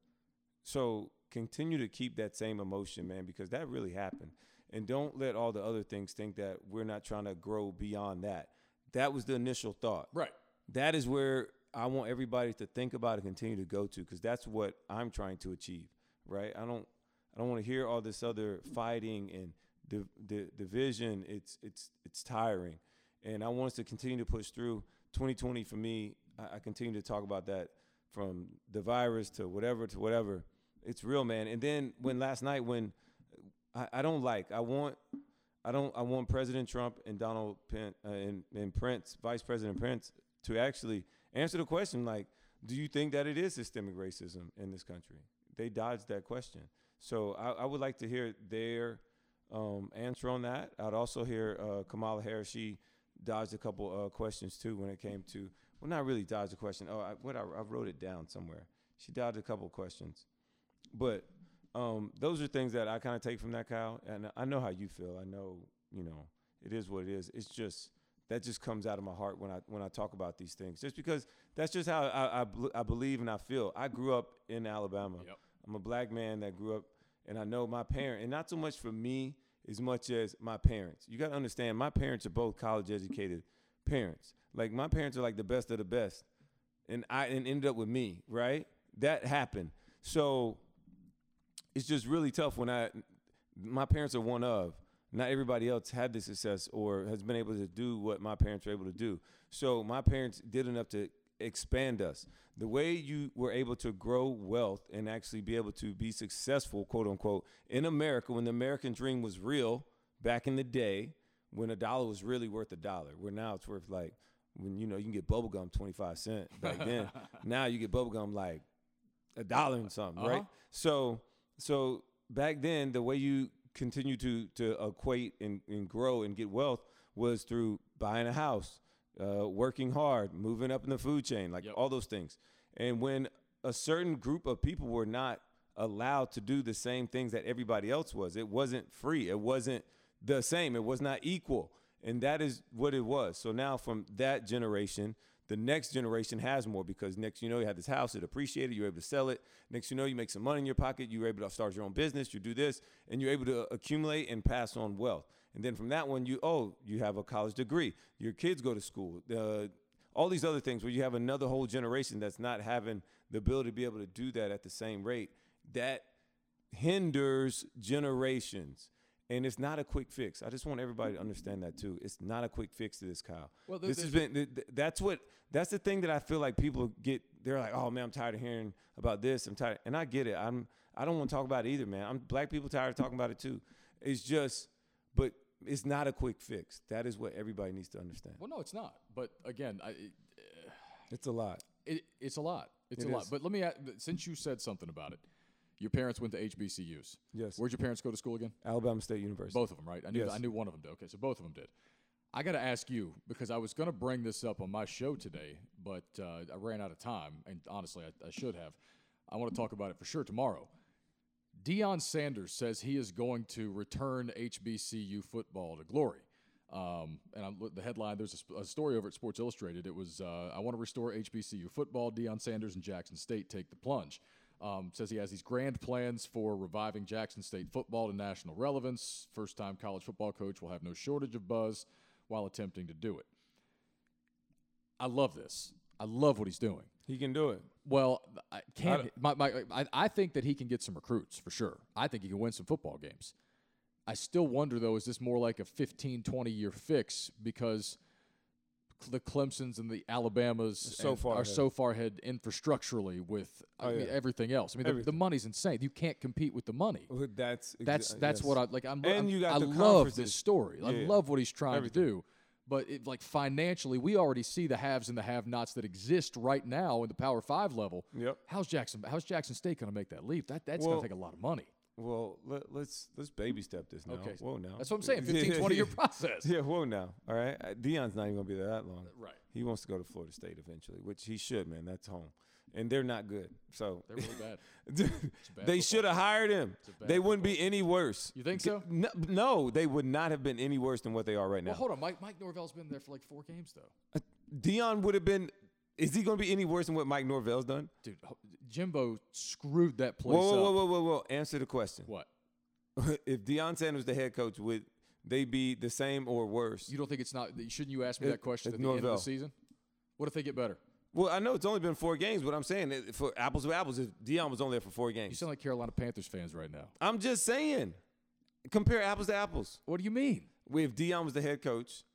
Speaker 2: So continue to keep that same emotion, man, because that really happened. And don't let all the other things think that we're not trying to grow beyond that. That was the initial thought.
Speaker 1: Right.
Speaker 2: That is where I want everybody to think about and continue to go to, because that's what I'm trying to achieve, right? I don't, I don't want to hear all this other fighting and the the division. It's it's it's tiring, and I want us to continue to push through. 2020 for me, I, I continue to talk about that from the virus to whatever to whatever. It's real, man. And then when last night when I, I don't like. I want I don't I want President Trump and Donald Pen, uh, and and Prince, Vice President Prince, to actually answer the question like, do you think that it is systemic racism in this country? They dodged that question. So I, I would like to hear their um, answer on that. I'd also hear uh, Kamala Harris. She dodged a couple uh, questions too when it came to well, not really dodged a question. Oh, I, what I, I wrote it down somewhere. She dodged a couple questions, but um, those are things that I kind of take from that, Kyle. And I know how you feel. I know, you know, it is what it is. It's just that just comes out of my heart when I when I talk about these things, just because that's just how I I, bel- I believe and I feel. I grew up in Alabama.
Speaker 1: Yep.
Speaker 2: I'm a black man that grew up, and I know my parent, and not so much for me as much as my parents. You got to understand, my parents are both college educated parents. Like my parents are like the best of the best, and I and ended up with me. Right, that happened. So it's just really tough when I my parents are one of not everybody else had the success or has been able to do what my parents were able to do. So my parents did enough to expand us. The way you were able to grow wealth and actually be able to be successful, quote unquote, in America when the American dream was real back in the day, when a dollar was really worth a dollar, where now it's worth like when you know you can get bubble gum 25 cent back then. now you get bubble gum like a dollar and something, right? So so back then the way you continue to to equate and, and grow and get wealth was through buying a house, uh, working hard, moving up in the food chain, like all those things. And when a certain group of people were not allowed to do the same things that everybody else was, it wasn't free. It wasn't the same. It was not equal. And that is what it was. So now from that generation, the next generation has more because next you know you had this house, it appreciated, you're able to sell it. Next you know you make some money in your pocket, you're able to start your own business, you do this, and you're able to accumulate and pass on wealth. And then from that one, you oh you have a college degree, your kids go to school, uh, all these other things where you have another whole generation that's not having the ability to be able to do that at the same rate. That hinders generations. And it's not a quick fix. I just want everybody to understand that too. It's not a quick fix to this, Kyle.
Speaker 1: Well,
Speaker 2: Well,
Speaker 1: there-
Speaker 2: this has been. th- th- That's what. That's the thing that I feel like people get. They're like, "Oh man, I'm tired of hearing about this. I'm tired." And I get it. I'm. I don't want to talk about it either, man. I'm black people tired of talking about it too. It's just, but it's not a quick fix. That is what everybody needs to understand.
Speaker 1: Well, no, it's not. But again, I, it,
Speaker 2: It's a lot.
Speaker 1: it, it's a lot. It's
Speaker 2: It
Speaker 1: a lot.
Speaker 2: is.
Speaker 1: But let me ask, since you said something about it, your parents went to HBCUs.
Speaker 2: Yes.
Speaker 1: Where'd your parents go to school again?
Speaker 2: Alabama State University.
Speaker 1: Both of them, right? I knew
Speaker 2: Yes.
Speaker 1: I knew one of them did. Okay, so both of them did. I got to ask you because I was going to bring this up on my show today, but uh, I ran out of time, and honestly, I, I should have. I want to talk about it for sure tomorrow. Deion Sanders says he is going to return HBCU football to glory. Um, and I'm, the headline, there's a sp- a, story over at Sports Illustrated. It was, uh, I want to restore HBCU football. Deion Sanders and Jackson State take the plunge. Um, says he has these grand plans for reviving Jackson State football to national relevance. First time college football coach will have no shortage of buzz while attempting to do it. I love this. I love what he's doing.
Speaker 2: He can do it.
Speaker 1: Well, I can
Speaker 2: don't-
Speaker 1: my, my I, I think that he can get some recruits for sure. I think he can win some football games. I still wonder though, is this more like a 15, 20 year fix because the Clemsons and the Alabamas
Speaker 2: So
Speaker 1: and
Speaker 2: far
Speaker 1: are
Speaker 2: ahead.
Speaker 1: so far ahead infrastructurally with I
Speaker 2: Oh,
Speaker 1: mean,
Speaker 2: yeah.
Speaker 1: everything else. I mean, the, the
Speaker 2: Everything.
Speaker 1: money's insane. You can't compete with the money.
Speaker 2: Well, That's exa-
Speaker 1: That's that's
Speaker 2: yes.
Speaker 1: what I like. I'm,
Speaker 2: And
Speaker 1: I'm-
Speaker 2: you got
Speaker 1: I
Speaker 2: the
Speaker 1: love this
Speaker 2: conferences.
Speaker 1: story. I
Speaker 2: Yeah.
Speaker 1: love what he's trying
Speaker 2: Everything.
Speaker 1: to do. But it, like financially, we already see the haves and the have-nots that exist right now in the Power Five level.
Speaker 2: Yep.
Speaker 1: How's Jackson? How's Jackson State going to make that leap? That that's
Speaker 2: Well,
Speaker 1: going to take a lot of money.
Speaker 2: Well, let, let's let's baby step this now.
Speaker 1: Okay.
Speaker 2: Oh, Whoa, now.
Speaker 1: That's what I'm saying.
Speaker 2: Yeah,
Speaker 1: 15,
Speaker 2: yeah,
Speaker 1: 20 year
Speaker 2: yeah.
Speaker 1: process.
Speaker 2: Yeah, whoa now. All right. Uh, Dion's not even gonna be there that long.
Speaker 1: Right.
Speaker 2: He wants to go to Florida State eventually, which he should, man. That's home. And they're not good. So
Speaker 1: They're really bad. bad
Speaker 2: they should have hired him.
Speaker 1: bad
Speaker 2: They wouldn't be any worse.
Speaker 1: You think
Speaker 2: G-
Speaker 1: so?
Speaker 2: No, no, they would not have been any worse than what they are right now. Uh,
Speaker 1: Well, hold on. Mike Mike Norvell's been there for like four games though.
Speaker 2: Dion would have been is he gonna be any worse than what Mike Norvell's done?
Speaker 1: Dude, ho- Jimbo screwed that
Speaker 2: Whoa,
Speaker 1: place
Speaker 2: whoa, whoa,
Speaker 1: up.
Speaker 2: whoa, whoa, whoa. Answer the question.
Speaker 1: What?
Speaker 2: if Deion Sanders the head coach, would they be the same or worse?
Speaker 1: You don't think it's not? Shouldn't you ask me
Speaker 2: It-
Speaker 1: that question
Speaker 2: it's
Speaker 1: at the end of
Speaker 2: Norvell.
Speaker 1: the season? What if they get better?
Speaker 2: Well, I know it's only been four games, but I'm saying it- for apples to apples, if Dion was only there for four
Speaker 1: You
Speaker 2: games,
Speaker 1: sound like Carolina Panthers fans right now.
Speaker 2: I'm just saying, compare apples to apples.
Speaker 1: What do you mean?
Speaker 2: If Dion was the head coach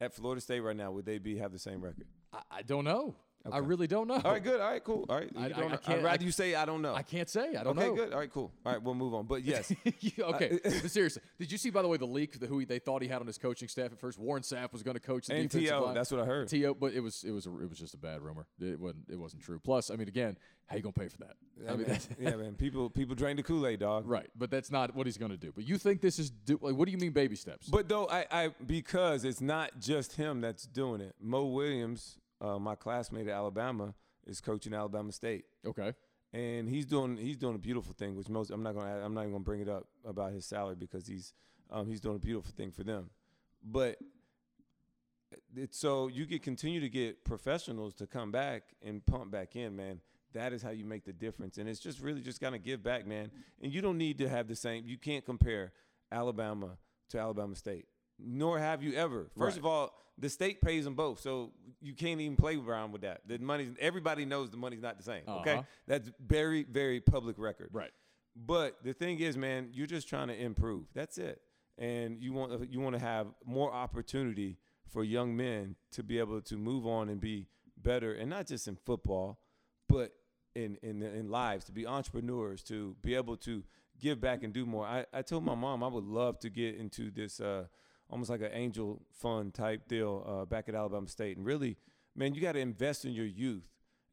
Speaker 2: at Florida State right now, would they be have the same record?
Speaker 1: I, I don't know. I really don't know.
Speaker 2: All right, good. All right, cool. All right,
Speaker 1: I-
Speaker 2: you
Speaker 1: I- I
Speaker 2: don't, I,
Speaker 1: can't-
Speaker 2: would rather
Speaker 1: I-
Speaker 2: you say I don't know.
Speaker 1: I can't say. I don't
Speaker 2: okay,
Speaker 1: know.
Speaker 2: good. Uh, All right, cool. All right, we'll move on. But yes,
Speaker 1: You- okay, but seriously, did you see by the way the leak the, who he, they thought he had on his coaching staff at first? Warren Sapp was going to coach the
Speaker 2: And
Speaker 1: defensive
Speaker 2: T.O.,
Speaker 1: line.
Speaker 2: that's what I heard.
Speaker 1: To, but it was it was a, it was just a bad rumor. It wasn't it wasn't true. Plus, I mean, again, how you going to pay for that? I mean, that's,
Speaker 2: yeah, man. People people drain the Kool Aid, dog.
Speaker 1: right, but that's not what he's going to do. But you think this is do, like, what do you mean baby steps?
Speaker 2: But though I, I because it's not just him that's doing it. Mo Williams, uh, my classmate at Alabama, is coaching Alabama State.
Speaker 1: okay,
Speaker 2: and he's doing he's doing a beautiful thing. Which most I'm not gonna I'm not even gonna bring it up about his salary because he's um, he's doing a beautiful thing for them. But uh, it's so you could continue to get professionals to come back and pump back in, man. That is how you make the difference, and it's just really just kind of give back, man. And you don't need to have the same. You can't compare Alabama to Alabama State, nor have you ever. First
Speaker 1: Right.
Speaker 2: of all, the state pays them both, so you can't even play around with that. The money, everybody knows the money's not the same. Okay,
Speaker 1: Uh-huh.
Speaker 2: that's very, very public record.
Speaker 1: right.
Speaker 2: But the thing is, man, you're just trying to improve. That's it. And you want you want to have more opportunity for young men to be able to move on and be better, and not just in football, but in in in lives to be entrepreneurs, to be able to give back and do more. I, I told my mom I would love to get into this uh, almost like an angel fund type deal uh, back at Alabama State, and really, man, you got to invest in your youth.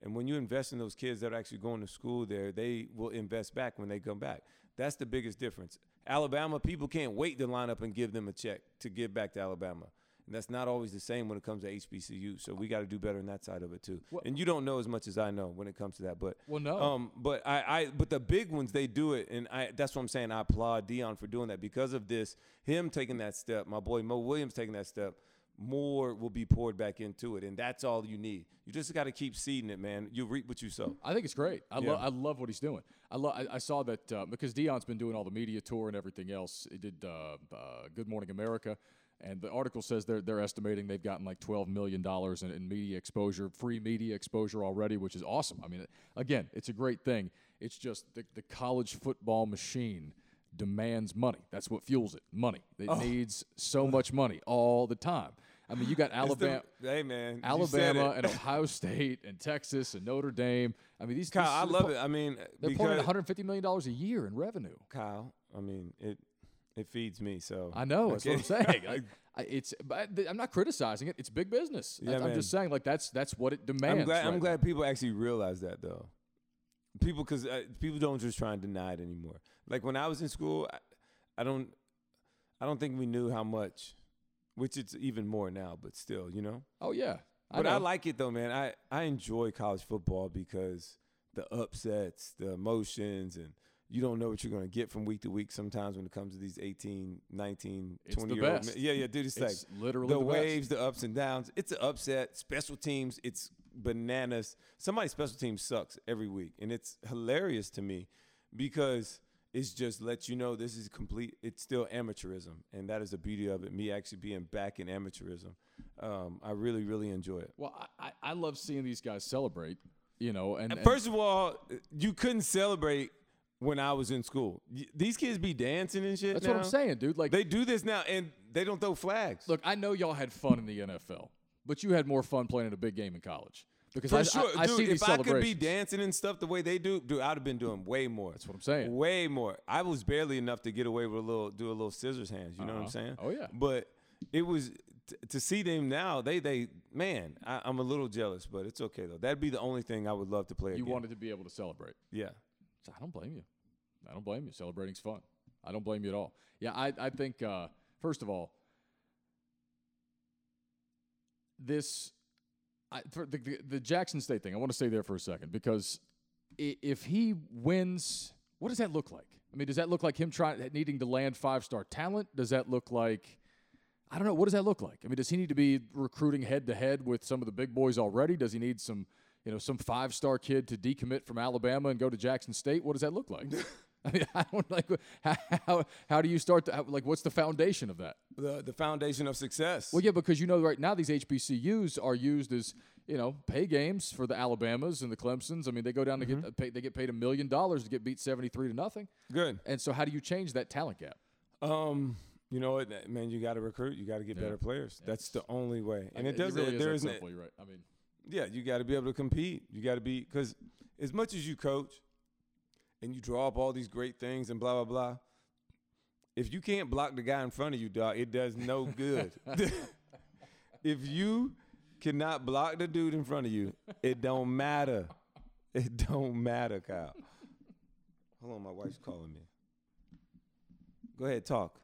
Speaker 2: And when you invest in those kids that are actually going to school there, they will invest back when they come back. That's the biggest difference. Alabama people can't wait to line up and give them a check to give back to Alabama. And that's not always the same when it comes to HBCU. So we got to do better on that side of it too. and you don't know as much as I know when it comes to that. But
Speaker 1: Well, no.
Speaker 2: um, but I, I, but the big ones they do it, and I. That's what I'm saying. I applaud Dion for doing that because of this. Him taking that step, my boy Mo Williams taking that step. more will be poured back into it, and that's all you need. You just got to keep seeding it, man. You reap what you sow.
Speaker 1: I think it's great. I
Speaker 2: Yeah.
Speaker 1: love I love what he's doing. I love. I, I saw that uh, because Dion's been doing all the media tour and everything else. He did uh, uh, Good Morning America, and the article says they're they're estimating they've gotten like twelve million dollars in, in media exposure, free media exposure already, which is awesome. I mean, it- again, it's a great thing. It's just the, the college football machine demands money. That's what fuels it. Money. It needs so much money all the time. I mean, you got
Speaker 2: It's the-
Speaker 1: Alabama.
Speaker 2: hey man, you said
Speaker 1: Alabama
Speaker 2: it.
Speaker 1: and Ohio State and Texas and Notre Dame. I mean, these
Speaker 2: Kyle, I
Speaker 1: these-
Speaker 2: love it. I mean,
Speaker 1: They're pouring
Speaker 2: because-
Speaker 1: 150 million dollars a year in revenue.
Speaker 2: Kyle, I mean it. It feeds me, so
Speaker 1: I know. That's what I'm
Speaker 2: Okay.
Speaker 1: saying. Like, I, it's, but th- I'm not criticizing it. It's big business.
Speaker 2: Yeah,
Speaker 1: That's- I'm
Speaker 2: man.
Speaker 1: just saying, like that's that's what it demands.
Speaker 2: I'm glad.
Speaker 1: right
Speaker 2: I'm glad people actually realize that though. People, because uh, people don't just try and deny it anymore. Like when I was in school, I, I don't, I don't think we knew how much, which it's even more now. But still, you know.
Speaker 1: now. Oh yeah. I
Speaker 2: But I,
Speaker 1: know.
Speaker 2: like it though, man. I I enjoy college football because the upsets, the emotions, and you don't know what you're going to get from week to week sometimes when it comes to these 18, 19,
Speaker 1: It's the
Speaker 2: 20 year old.
Speaker 1: best.
Speaker 2: Yeah, yeah, dude, it's, like
Speaker 1: It's literally
Speaker 2: the,
Speaker 1: the best.
Speaker 2: waves, the ups and downs. It's an upset. Special teams, it's bananas. Somebody's special team sucks every week, and it's hilarious to me because it's just lets you know this is complete. It's still amateurism, and that is the beauty of it. Me actually being back in amateurism, um, I really, really enjoy it.
Speaker 1: well, I, I, I love seeing these guys celebrate. You know, and, and
Speaker 2: First of all, you couldn't celebrate when I was in school. Y- These kids be dancing and shit.
Speaker 1: that's
Speaker 2: now.
Speaker 1: what I'm saying, dude. Like,
Speaker 2: They do this now, and they don't throw flags.
Speaker 1: look, I know y'all had fun in the NFL, but you had more fun playing in a big game in college because I, I-
Speaker 2: For sure,
Speaker 1: I,
Speaker 2: dude.
Speaker 1: see these
Speaker 2: if I could be
Speaker 1: celebrations.
Speaker 2: dancing and stuff the way they do, dude, I'd have been doing way more.
Speaker 1: That's what I'm saying.
Speaker 2: Way more. I was barely enough to get away with a little, do a little scissors hands. You know what I'm
Speaker 1: Uh-huh.
Speaker 2: saying?
Speaker 1: Oh, yeah.
Speaker 2: But it was t- to see them now. They, they, man, I, I'm a little jealous, but it's okay though. That'd be the only thing I would love to play.
Speaker 1: you
Speaker 2: again.
Speaker 1: wanted to be able to celebrate.
Speaker 2: yeah.
Speaker 1: So I don't blame you. I don't blame you. Celebrating's fun. I don't blame you at all. Yeah, I, I think, uh, first of all, this, I, for the, the, the Jackson State thing, I want to stay there for a second because i- if he wins, what does that look like? I mean, does that look like him trying needing to land five star talent? Does that look like I don't know. What does that look like? I mean, does he need to be recruiting head to head with some of the big boys already? Does he need some, you know, some five star kid to decommit from Alabama and go to Jackson State? What does that look like? I mean, I don't like how how, how do you start to how, like what's the foundation of that?
Speaker 2: The the foundation of success.
Speaker 1: Well, yeah, because you know, right now these HBCUs are used as you know pay games for the Alabamas and the Clemsons. I mean, they go down to
Speaker 2: Mm-hmm.
Speaker 1: get uh, pay, they get paid a million dollars to get beat seventy three to nothing.
Speaker 2: Good.
Speaker 1: And so, how do you change that talent gap?
Speaker 2: Um, you know what, that- man? You got to recruit. You got to get better players. That's the only way. And it doesn't.
Speaker 1: really
Speaker 2: there
Speaker 1: is that
Speaker 2: isn't.
Speaker 1: simple. You're right. I mean,
Speaker 2: Yeah, you got to be able to compete. You got to be because as much as you coach and you draw up all these great things and blah blah blah, if you can't block the guy in front of you, dog, it does no good. if you cannot block the dude in front of you, it don't matter. It don't matter, Kyle. Hold on, my wife's calling me. Go ahead, talk.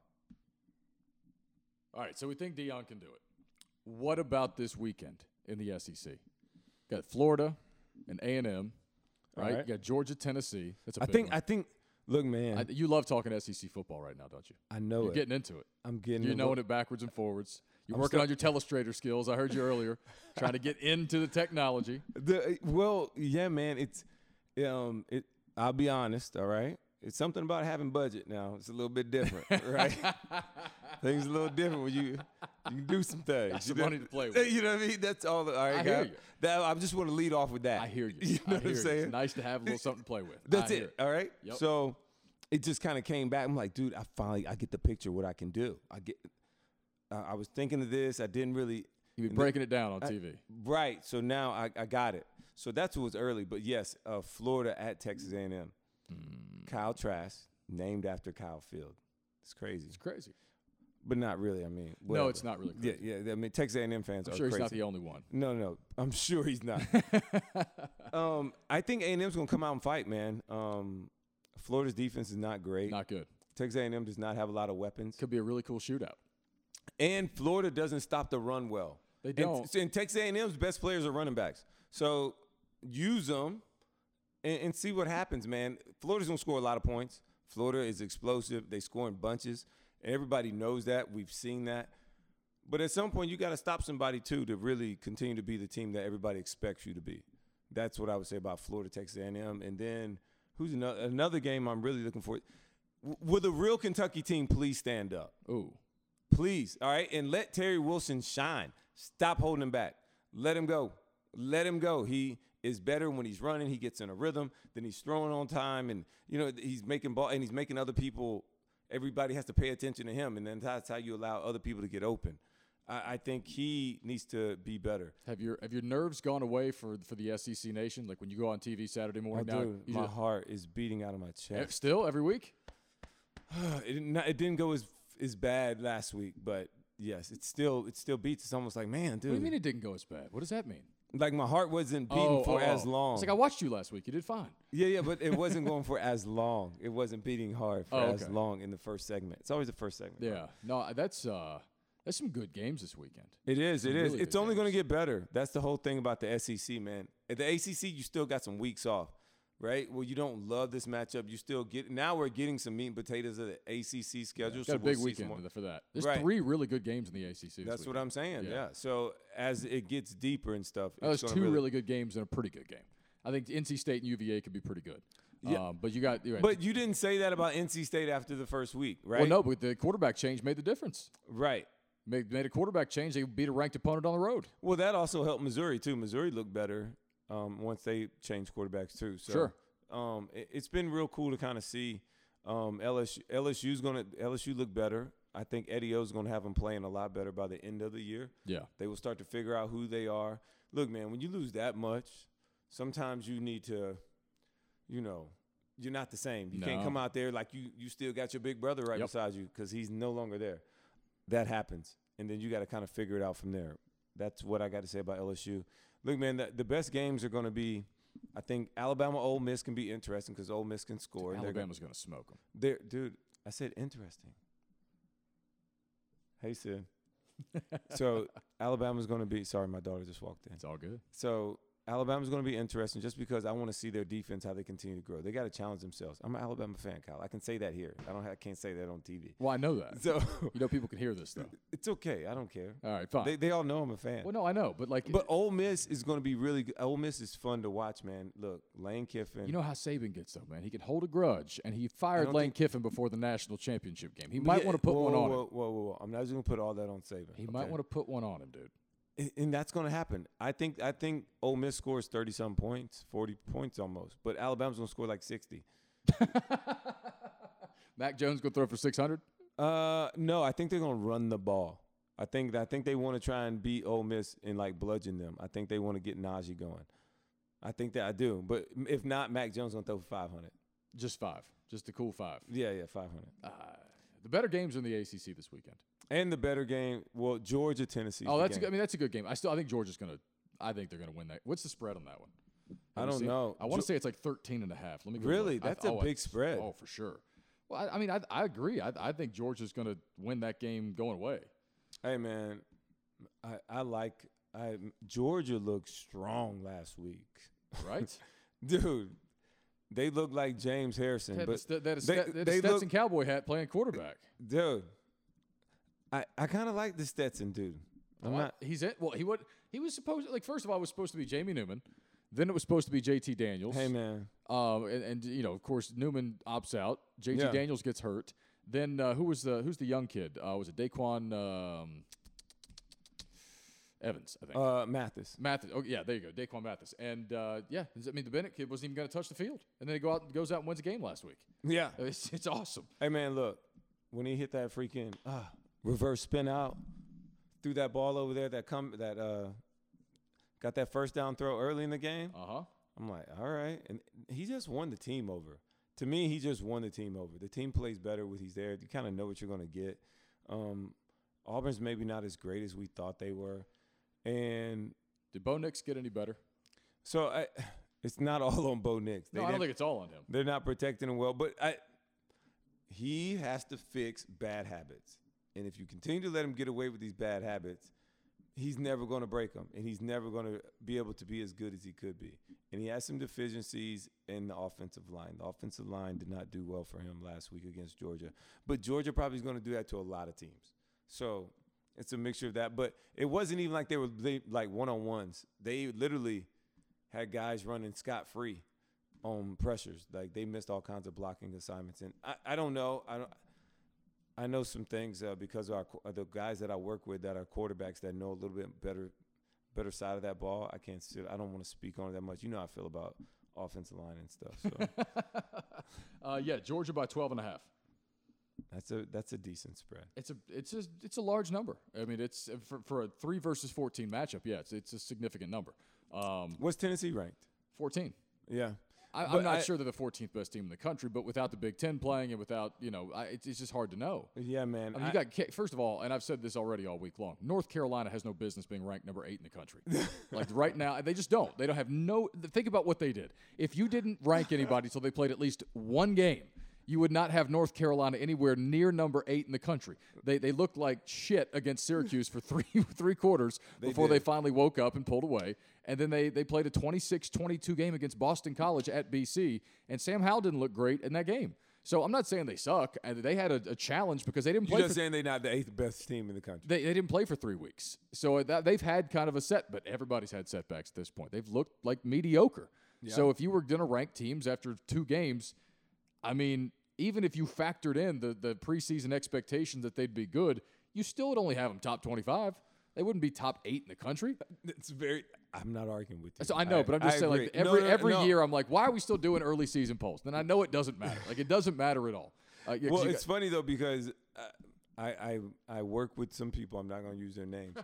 Speaker 1: All right, so we think Dion can do it. What about this weekend in the SEC? Got Florida and A and M, right?
Speaker 2: right.
Speaker 1: You got Georgia, Tennessee. That's a
Speaker 2: I
Speaker 1: big
Speaker 2: think.
Speaker 1: one.
Speaker 2: I think. Look, man,
Speaker 1: I, you love talking SEC football right now, don't you?
Speaker 2: I, know
Speaker 1: You're
Speaker 2: it.
Speaker 1: getting into it.
Speaker 2: I'm getting.
Speaker 1: You're
Speaker 2: a
Speaker 1: knowing it backwards and forwards. You're
Speaker 2: I'm
Speaker 1: working
Speaker 2: still-
Speaker 1: on your telestrator skills. I heard you earlier, trying to get into the technology.
Speaker 2: The uh, well, yeah, man. It's um, it. I'll be honest. All right, it's something about having budget now. It's a little bit different, right? Things a little different when you you can do some things.
Speaker 1: Got
Speaker 2: you
Speaker 1: some
Speaker 2: know-
Speaker 1: money to play with.
Speaker 2: You know what I mean? That's all. All right,
Speaker 1: I hear
Speaker 2: guy.
Speaker 1: you.
Speaker 2: That, I just want to lead off with that.
Speaker 1: I hear you.
Speaker 2: You
Speaker 1: I
Speaker 2: know what
Speaker 1: hear
Speaker 2: I'm
Speaker 1: you.
Speaker 2: saying?
Speaker 1: It's nice to have a little something to play with.
Speaker 2: That's
Speaker 1: I
Speaker 2: it.
Speaker 1: hear
Speaker 2: All right.
Speaker 1: Yep.
Speaker 2: So it just kind of came back. I'm like, dude, I finally I get the picture of what I can do. I get. I I was thinking of this. I didn't really
Speaker 1: You've been
Speaker 2: And the-
Speaker 1: breaking it down on TV.
Speaker 2: Right. So now I, I got it. So that's what was early. But yes, uh, Florida at Texas A&M.
Speaker 1: Hmm.
Speaker 2: Kyle Trask, named after Kyle Field. It's crazy,
Speaker 1: It's crazy.
Speaker 2: but not really. I mean,
Speaker 1: No, it's
Speaker 2: whatever.
Speaker 1: not really crazy.
Speaker 2: Yeah, yeah. I mean, Texas A&M fans
Speaker 1: I'm
Speaker 2: are
Speaker 1: sure he's
Speaker 2: crazy.
Speaker 1: not the only one.
Speaker 2: no, no, I'm sure he's not. um, I think A&M's gonna come out and fight, man. Um, Florida's defense is not great.
Speaker 1: Not good.
Speaker 2: Texas A&M does not have a lot of weapons,
Speaker 1: Could be a really cool shootout.
Speaker 2: and Florida doesn't stop the run well.
Speaker 1: They
Speaker 2: And-
Speaker 1: don't.
Speaker 2: And, Texas A&M's best players are running backs. So use them and, and see what happens, man. Florida's gonna score a lot of points. Florida is explosive. They score in bunches. Everybody knows that. We've seen that. But at some point, you got to stop somebody too to really continue to be the team that everybody expects you to be. That's what I would say about Florida, Texas A&M, and then who's another, another game I'm really looking for. W- Will the real Kentucky team please stand up?
Speaker 1: Ooh,
Speaker 2: Please, all right, and let Terry Wilson shine. Stop holding him back. Let him go. Let him go. He is better when he's running. He gets in a rhythm. Then he's throwing on time, and you know he's making ball, and he's making other people. Everybody has to pay attention to him, and then that's how you allow other people to get open. I, I think he needs to be better.
Speaker 1: have your have your nerves gone away for for the SEC Nation? Like when you go on TV Saturday
Speaker 2: Oh,
Speaker 1: morning now,
Speaker 2: dude,
Speaker 1: you
Speaker 2: my
Speaker 1: just-
Speaker 2: heart is beating out of my
Speaker 1: eh,
Speaker 2: chest.
Speaker 1: still every week.
Speaker 2: it, didn't, it didn't go as as bad last week, but yes, it still it still beats. It's almost like man, dude.
Speaker 1: What do you mean it didn't go as bad? What does that mean?
Speaker 2: Like my heart wasn't beating
Speaker 1: Oh,
Speaker 2: for
Speaker 1: oh,
Speaker 2: as
Speaker 1: oh.
Speaker 2: long.
Speaker 1: It's like I watched you last week. You did fine.
Speaker 2: Yeah, yeah, but it wasn't going for as long. It wasn't beating hard for
Speaker 1: Oh,
Speaker 2: as
Speaker 1: okay.
Speaker 2: long in the first segment. It's always the first segment.
Speaker 1: Yeah. No, that's uh that's some good games this weekend.
Speaker 2: It is. It is.
Speaker 1: really
Speaker 2: it's
Speaker 1: good
Speaker 2: only going to get better. That's the whole thing about the SEC, man. At the ACC, you still got some weeks off, right? Well, you don't love this matchup. You still get. Now we're getting some meat and potatoes of the ACC schedule.
Speaker 1: Got
Speaker 2: so
Speaker 1: a big
Speaker 2: we'll see some
Speaker 1: weekend
Speaker 2: more.
Speaker 1: for that. There's
Speaker 2: Right.
Speaker 1: three really good games in the ACC. This
Speaker 2: That's what
Speaker 1: weekend.
Speaker 2: I'm saying.
Speaker 1: Yeah.
Speaker 2: Yeah. So as it gets deeper and stuff,
Speaker 1: Oh,
Speaker 2: it's
Speaker 1: There's
Speaker 2: gonna
Speaker 1: two
Speaker 2: really,
Speaker 1: really good games and a pretty good game. I think NC State and UVA could be pretty good.
Speaker 2: Yeah.
Speaker 1: Um, but you got. You're right.
Speaker 2: But you didn't say that about NC State after the first week, right?
Speaker 1: well, no, but the quarterback change made the difference.
Speaker 2: Right.
Speaker 1: Made, made a quarterback change. They beat a ranked opponent on the road.
Speaker 2: Well, that also helped Missouri too. Missouri looked better um, once they changed quarterbacks too. So,
Speaker 1: Sure.
Speaker 2: Um, it, has been real cool to kind of see um, LSU. LSU's gonna LSU look better. I think Eddie O's gonna have them playing a lot better by the end of the year.
Speaker 1: Yeah.
Speaker 2: They will start to figure out who they are. Look, man, when you lose that much, sometimes you need to, you know, you're not the same. You can't
Speaker 1: No.
Speaker 2: come out there like you you still got your big brother right
Speaker 1: Yep.
Speaker 2: beside you because he's no longer there. That happens, and then you got to kind of figure it out from there. That's what I got to say about LSU. Look, man, the, the best games are going to be. I think Alabama Ole Miss can be interesting because Ole Miss can score. and they're gonna-
Speaker 1: Alabama's going to smoke them.
Speaker 2: they're, dude, I said interesting. Hey, Sid. so Alabama's going to be. Sorry, my daughter just walked in.
Speaker 1: It's all good.
Speaker 2: So Alabama's going to be interesting just because I want to see their defense how they continue to grow. They got to challenge themselves. I'm an Alabama fan, Kyle. I can say that here. I don't. I can't say that on TV.
Speaker 1: Well, I know that.
Speaker 2: So
Speaker 1: You know, people can hear this though.
Speaker 2: it's okay. I don't care.
Speaker 1: All right, fine.
Speaker 2: They, they all know I'm a fan.
Speaker 1: well, no, I know, but like,
Speaker 2: But Ole Miss is going to be really good. Ole Miss is fun to watch, man. Look, Lane Kiffin.
Speaker 1: You know how Saban gets though, man. He can hold a grudge, and he fired
Speaker 2: don't
Speaker 1: Lane
Speaker 2: think-
Speaker 1: Kiffin before the national championship game. He might
Speaker 2: Yeah,
Speaker 1: want to put
Speaker 2: whoa,
Speaker 1: one
Speaker 2: whoa,
Speaker 1: on
Speaker 2: Whoa,
Speaker 1: him.
Speaker 2: whoa, whoa, whoa. I'm not just going to put all that on Saban.
Speaker 1: He might
Speaker 2: okay?
Speaker 1: want to put one on him, dude.
Speaker 2: And- and that's going to happen. I think I think Ole Miss scores thirty some points, forty points almost, but Alabama's going to score like sixty.
Speaker 1: Mac Jones gonna throw for six hundred.
Speaker 2: Uh, no, I think they're going to run the ball. I think I think they want to try and beat Ole Miss and like bludgeon them. I think they want to get Najee going. I think that I do, but if not, Mac Jones going to throw for five hundred.
Speaker 1: Just five, just a cool five.
Speaker 2: Yeah, yeah, five hundred.
Speaker 1: Uh, the better games in the ACC this weekend.
Speaker 2: And the better game, well, Georgia Tennessee.
Speaker 1: Oh, that's a
Speaker 2: game.
Speaker 1: good, I mean that's a good game. I still I think Georgia's gonna. I think they're gonna win that. What's the spread on that one?
Speaker 2: I
Speaker 1: Have you
Speaker 2: don't
Speaker 1: seen it?
Speaker 2: know.
Speaker 1: I want
Speaker 2: Ge-
Speaker 1: to say it's like 13 and a half. Let me go look.
Speaker 2: Really?
Speaker 1: I-
Speaker 2: That's a
Speaker 1: oh, I-
Speaker 2: big spread.
Speaker 1: Oh, for sure. Well, I, I mean, I, I agree. I, I think Georgia's going to win that game going away.
Speaker 2: Hey man, I I like I Georgia looked strong last week,
Speaker 1: right?
Speaker 2: dude. They look like James Harrison,
Speaker 1: Had the
Speaker 2: but
Speaker 1: Ste- they had a
Speaker 2: they-
Speaker 1: Ste- they had a
Speaker 2: they look-
Speaker 1: Stetson cowboy hat playing quarterback.
Speaker 2: dude, I I kind of like the Stetson dude. I'm
Speaker 1: Well,
Speaker 2: not.
Speaker 1: he's it. Well, he would. He was supposed like first of all, it was supposed to be Jamie Newman. Then it was supposed to be J.T. Daniels.
Speaker 2: Hey man,
Speaker 1: Um, and, and you know, of course, Newman opts out. J.T.
Speaker 2: Yeah.
Speaker 1: Daniels gets hurt. Then uh, who was the who's the young kid? Uh, was it Daquan um, Evans? I think.
Speaker 2: uh, Mathis.
Speaker 1: Mathis. Oh, yeah, there you go. Daquan Mathis. And uh, yeah, I mean, the Bennett kid wasn't even going to touch the field. And then he go out, goes out and wins a game last week.
Speaker 2: Yeah.
Speaker 1: It's, it's awesome.
Speaker 2: Hey man, look, when he hit that freaking uh, reverse spin out, threw that ball over there that come that uh got that first down throw early in the game.
Speaker 1: Uh huh.
Speaker 2: I'm like, all right. And he just won the team over. To me, he just won the team over. The team plays better when he's there. You kind of know what you're going to get. Um, Auburn's maybe not as great as we thought they were. And
Speaker 1: Did Bo Nix get any better?
Speaker 2: so I, it's not all on Bo Nix. They
Speaker 1: no, I don't
Speaker 2: didn't-
Speaker 1: think it's all on him.
Speaker 2: they're not protecting him well, but I, he has to fix bad habits. And if you continue to let him get away with these bad habits, he's never going to break them, and he's never going to be able to be as good as he could be. And he has some deficiencies in the offensive line. The offensive line did not do well for him last week against Georgia, but Georgia probably is going to do that to a lot of teams. So It's a mixture of that, but it wasn't even like they were they, like one on ones. They literally had guys running scot free on pressures. Like they missed all kinds of blocking assignments, and I, I don't know. I don't. I know some things uh, because of our, qu- the guys that I work with that are quarterbacks that know a little bit better better side of that ball. I can't sit. I don't want to speak on it that much. You know how I feel about offensive line and stuff. So
Speaker 1: Uh, yeah, Georgia by 12 and a half.
Speaker 2: that's a that's a decent spread.
Speaker 1: It's a it's a it's a large number. I mean, it's for, for a three versus 14 matchup. Yeah, it's it's a significant number. Um,
Speaker 2: What's Tennessee ranked?
Speaker 1: 14.
Speaker 2: Yeah.
Speaker 1: I, I'm
Speaker 2: But
Speaker 1: not
Speaker 2: I-
Speaker 1: sure they're the 14th best team in the country, but without the Big Ten playing and without you know, I, it's, it's just hard to know.
Speaker 2: Yeah, man.
Speaker 1: I mean, Oh, you got K- first of all, and I've said this already all week long. North Carolina has no business being ranked number eight in the country. like right now, they just don't. They don't have no. Think about what they did. If you didn't rank anybody till they played at least one game, you would not have North Carolina anywhere near number eight in the country. They they looked like shit against Syracuse for three three quarters before they
Speaker 2: did.
Speaker 1: finally woke up and pulled away. And then they they played a 26-22 game against Boston College at BC, and Sam Howell didn't look great in that game. So I'm not saying they suck, and they had a, a challenge because they didn't play.
Speaker 2: You're
Speaker 1: for
Speaker 2: just saying they're not the eighth best team in the country.
Speaker 1: they, they didn't play for three weeks. So uh, that, they've had kind of a set, but everybody's had setbacks at this point. They've looked like mediocre. So if you were going to rank teams after two games, I mean, even if you factored in the, the preseason expectation that they'd be good, you still would only have them top 25. They wouldn't be top eight in the country.
Speaker 2: It's very. I'm not arguing with you.
Speaker 1: So I know, but I'm just
Speaker 2: I
Speaker 1: saying, like
Speaker 2: agree. No,
Speaker 1: every
Speaker 2: no, no,
Speaker 1: every
Speaker 2: no.
Speaker 1: year, I'm like, why are we still doing early season polls? Then I know it doesn't matter. Like it doesn't matter at all. Uh, yeah, 'cause
Speaker 2: Well,
Speaker 1: you
Speaker 2: it's funny though because uh, I, I I work with some people. I'm not going to use their names.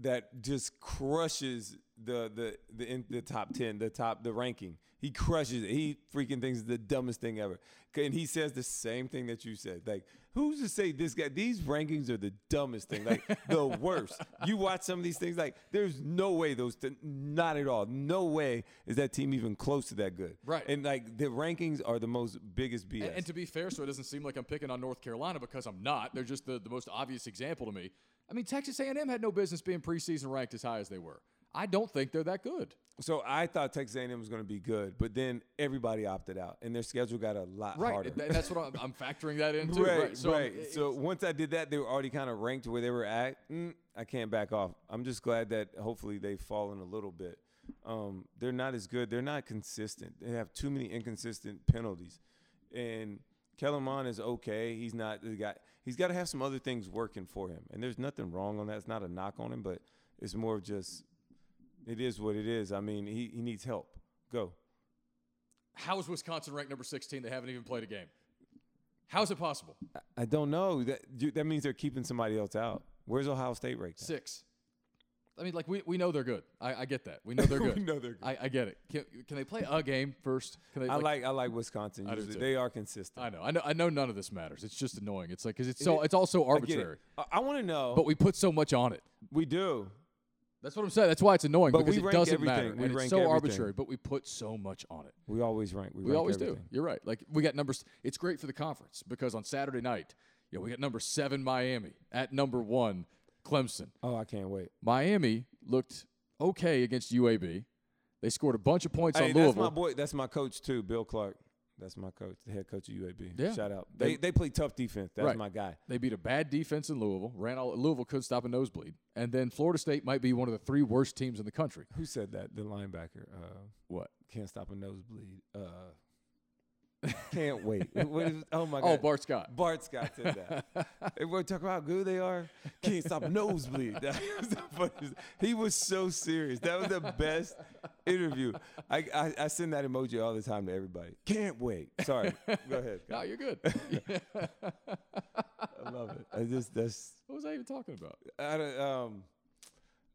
Speaker 2: that just crushes the the the in, the top ten, the top the ranking. He crushes it. He freaking thinks it's the dumbest thing ever. 'Kay, And he says the same thing that you said. Like, who's to say this guy? These rankings are the dumbest thing. Like the worst. You watch some of these things. Like, there's no way those. Th- not at all. No way is that team even close to that good.
Speaker 1: Right.
Speaker 2: And like the rankings are the most biggest BS.
Speaker 1: And, and to be fair, so it doesn't seem like I'm picking on North Carolina because I'm not. They're just the, the most obvious example to me. I mean, Texas A&M had no business being preseason ranked as high as they were. I don't think they're that good.
Speaker 2: So I thought Texas A&M was going to be good, but then everybody opted out, and their schedule got a lot harder.
Speaker 1: Th- that's what I'm, I'm factoring that in too.
Speaker 2: right,
Speaker 1: Right.
Speaker 2: right. So,
Speaker 1: So, uh, I'm-
Speaker 2: once I did that, they were already kind of ranked where they were at. Mm, I can't back off. I'm just glad that hopefully they've fallen a little bit. Um, they're not as good. They're not consistent. They have too many inconsistent penalties, and Kellerman is okay. He's not the guy. He's got to have some other things working for him, and there's nothing wrong on that. It's not a knock on him, but it's more of just it is what it is. I mean, he, he needs help. Go.
Speaker 1: how is Wisconsin ranked number 16? They haven't even played a game. How is it possible?
Speaker 2: I don't know. That you- that means they're keeping somebody else out. Where's Ohio State ranked? at?
Speaker 1: Six. I mean, like we, we know they're good. I, I get that. We know they're
Speaker 2: We
Speaker 1: good.
Speaker 2: know they're good.
Speaker 1: I, I get it. Can, can they play a game first? Can they,
Speaker 2: I like I like Wisconsin.
Speaker 1: I do
Speaker 2: usually.
Speaker 1: too.
Speaker 2: They are consistent.
Speaker 1: I know. I know. I know. None of this matters. It's just annoying. It's like because it's so. It's all so
Speaker 2: I get it.
Speaker 1: arbitrary.
Speaker 2: I, want to know.
Speaker 1: But we put so much on it.
Speaker 2: we do.
Speaker 1: That's what I'm saying. That's why it's annoying
Speaker 2: But
Speaker 1: because
Speaker 2: we
Speaker 1: it
Speaker 2: rank
Speaker 1: doesn't
Speaker 2: everything.
Speaker 1: matter.
Speaker 2: We
Speaker 1: and it's
Speaker 2: rank
Speaker 1: so
Speaker 2: everything.
Speaker 1: arbitrary, but we put so much on it.
Speaker 2: We always rank. We,
Speaker 1: We
Speaker 2: rank
Speaker 1: always
Speaker 2: everything.
Speaker 1: do. You're right. Like we got numbers. It's great for the conference because on Saturday night, you know, we got number seven Miami at number one Clemson.
Speaker 2: Oh, I can't wait.
Speaker 1: Miami looked okay against UAB. They scored a bunch of points
Speaker 2: Hey,
Speaker 1: on
Speaker 2: that's
Speaker 1: Louisville.
Speaker 2: my boy. That's my coach too, Bill Clark. That's my coach, the head coach of UAB.
Speaker 1: Yeah.
Speaker 2: Shout out.
Speaker 1: They-
Speaker 2: They they play tough defense. That's
Speaker 1: Right.
Speaker 2: my guy.
Speaker 1: They beat a bad defense in Louisville. Ran all Louisville could stop a nosebleed, and then Florida State might be one of the three worst teams in the country.
Speaker 2: Who said that? The linebacker. Uh,
Speaker 1: What?
Speaker 2: can't stop a nosebleed. Uh, can't wait. What is- oh my god.
Speaker 1: Oh, Bart Scott.
Speaker 2: Bart Scott said that. and we're talking about how good they are. Can't stop nosebleed. That was the funniest- He was so serious. That was the best interview. I, I, I send that emoji all the time to everybody. Can't wait. Sorry. Go ahead.
Speaker 1: No, you're good.
Speaker 2: I love it. I just that's
Speaker 1: What was I even talking about?
Speaker 2: I don't, um.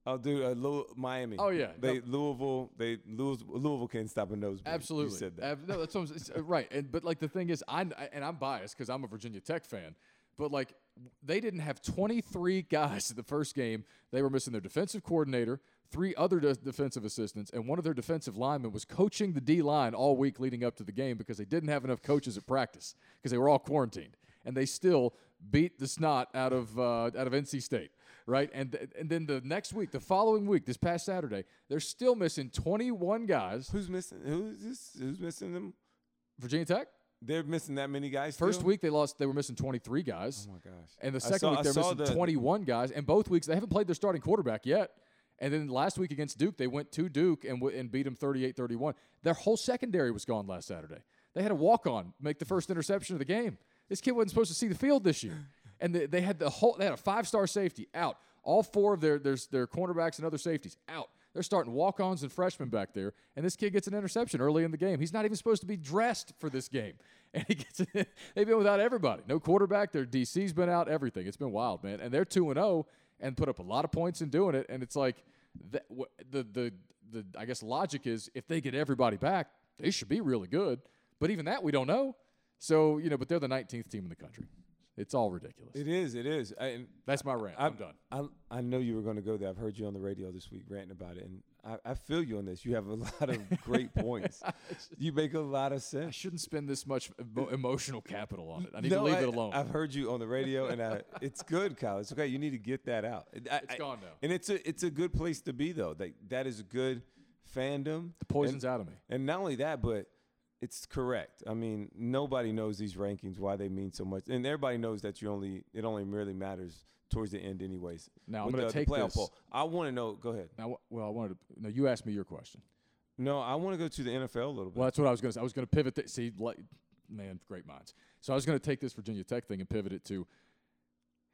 Speaker 2: I'll do a Lou, Miami.
Speaker 1: Oh, yeah.
Speaker 2: they Louisville. They Louisville, Louisville can't stop a nosebleed. You
Speaker 1: Absolutely.
Speaker 2: said that.
Speaker 1: Ab- no, that's what I'm, s- uh, right. And but like the thing is, I and I'm biased because I'm a Virginia Tech fan, but like they didn't have 23 guys in the first game. They were missing their defensive coordinator, three other de- defensive assistants, and one of their defensive linemen was coaching the D line all week leading up to the game because they didn't have enough coaches at practice because they were all quarantined, and they still beat the snot out of uh, out of NC State. Right, and th- and then the next week, the following week, this past Saturday, they're still missing 21 guys.
Speaker 2: Who's missing? Who's this? Who's missing them?
Speaker 1: Virginia Tech?
Speaker 2: They're missing that many guys.
Speaker 1: First
Speaker 2: still?
Speaker 1: week they lost. They were missing 23 guys.
Speaker 2: Oh my gosh.
Speaker 1: And the
Speaker 2: I
Speaker 1: second
Speaker 2: saw- I
Speaker 1: week, they're
Speaker 2: saw
Speaker 1: missing
Speaker 2: the-
Speaker 1: 21 guys. And both weeks, they haven't played their starting quarterback yet. And then last week against Duke, they went to Duke and, w- and beat them 38 31. Their whole secondary was gone last Saturday. They had a walk on make the first interception of the game. This kid wasn't supposed to see the field this year. And they, they had the whole, they had a five star safety out. All four of their, their, their cornerbacks and other safeties out. They're starting walk ons and freshmen back there. And this kid gets an interception early in the game. He's not even supposed to be dressed for this game. And he gets they've been without everybody. No quarterback. Their DC's been out. Everything. It's been wild, man. And they're two and zero and put up a lot of points in doing it. And it's like that, wh- the the the I guess logic is if they get everybody back, they should be really good. But even that we don't know. So you know, but they're the 19th team in the country. It's all ridiculous.
Speaker 2: It is. It is. I, and
Speaker 1: That's my rant. I'm, done.
Speaker 2: I I know you were going to go there. I've heard you on the radio this week ranting about it, and I, I feel you on this. You have a lot of great points. You make a lot of
Speaker 1: I
Speaker 2: sense.
Speaker 1: shouldn't spend this much emo- emotional capital on it. I need to
Speaker 2: No,
Speaker 1: leave
Speaker 2: I,
Speaker 1: it alone.
Speaker 2: I've heard you on the radio, and I, it's good, Kyle. It's okay. You need to get that out. I,
Speaker 1: It's
Speaker 2: I-
Speaker 1: gone now.
Speaker 2: and it's a it's a good place to be though. That that is a good fandom.
Speaker 1: the poison's out of me.
Speaker 2: And not only that, but it's correct. I mean, nobody knows these rankings why they mean so much, and everybody knows that you only it only really matters towards the end, anyways.
Speaker 1: Now, I'm
Speaker 2: with
Speaker 1: gonna
Speaker 2: the- the
Speaker 1: take
Speaker 2: playoff
Speaker 1: this-
Speaker 2: poll. I want to know. Go ahead.
Speaker 1: Now, well, I wanted to. No, you asked me your question.
Speaker 2: No, I want to go to the NFL a little bit.
Speaker 1: Well, that's what I was going to say. I was going to pivot. Th- see, like, man, great minds. So I was going to take this Virginia Tech thing and pivot it to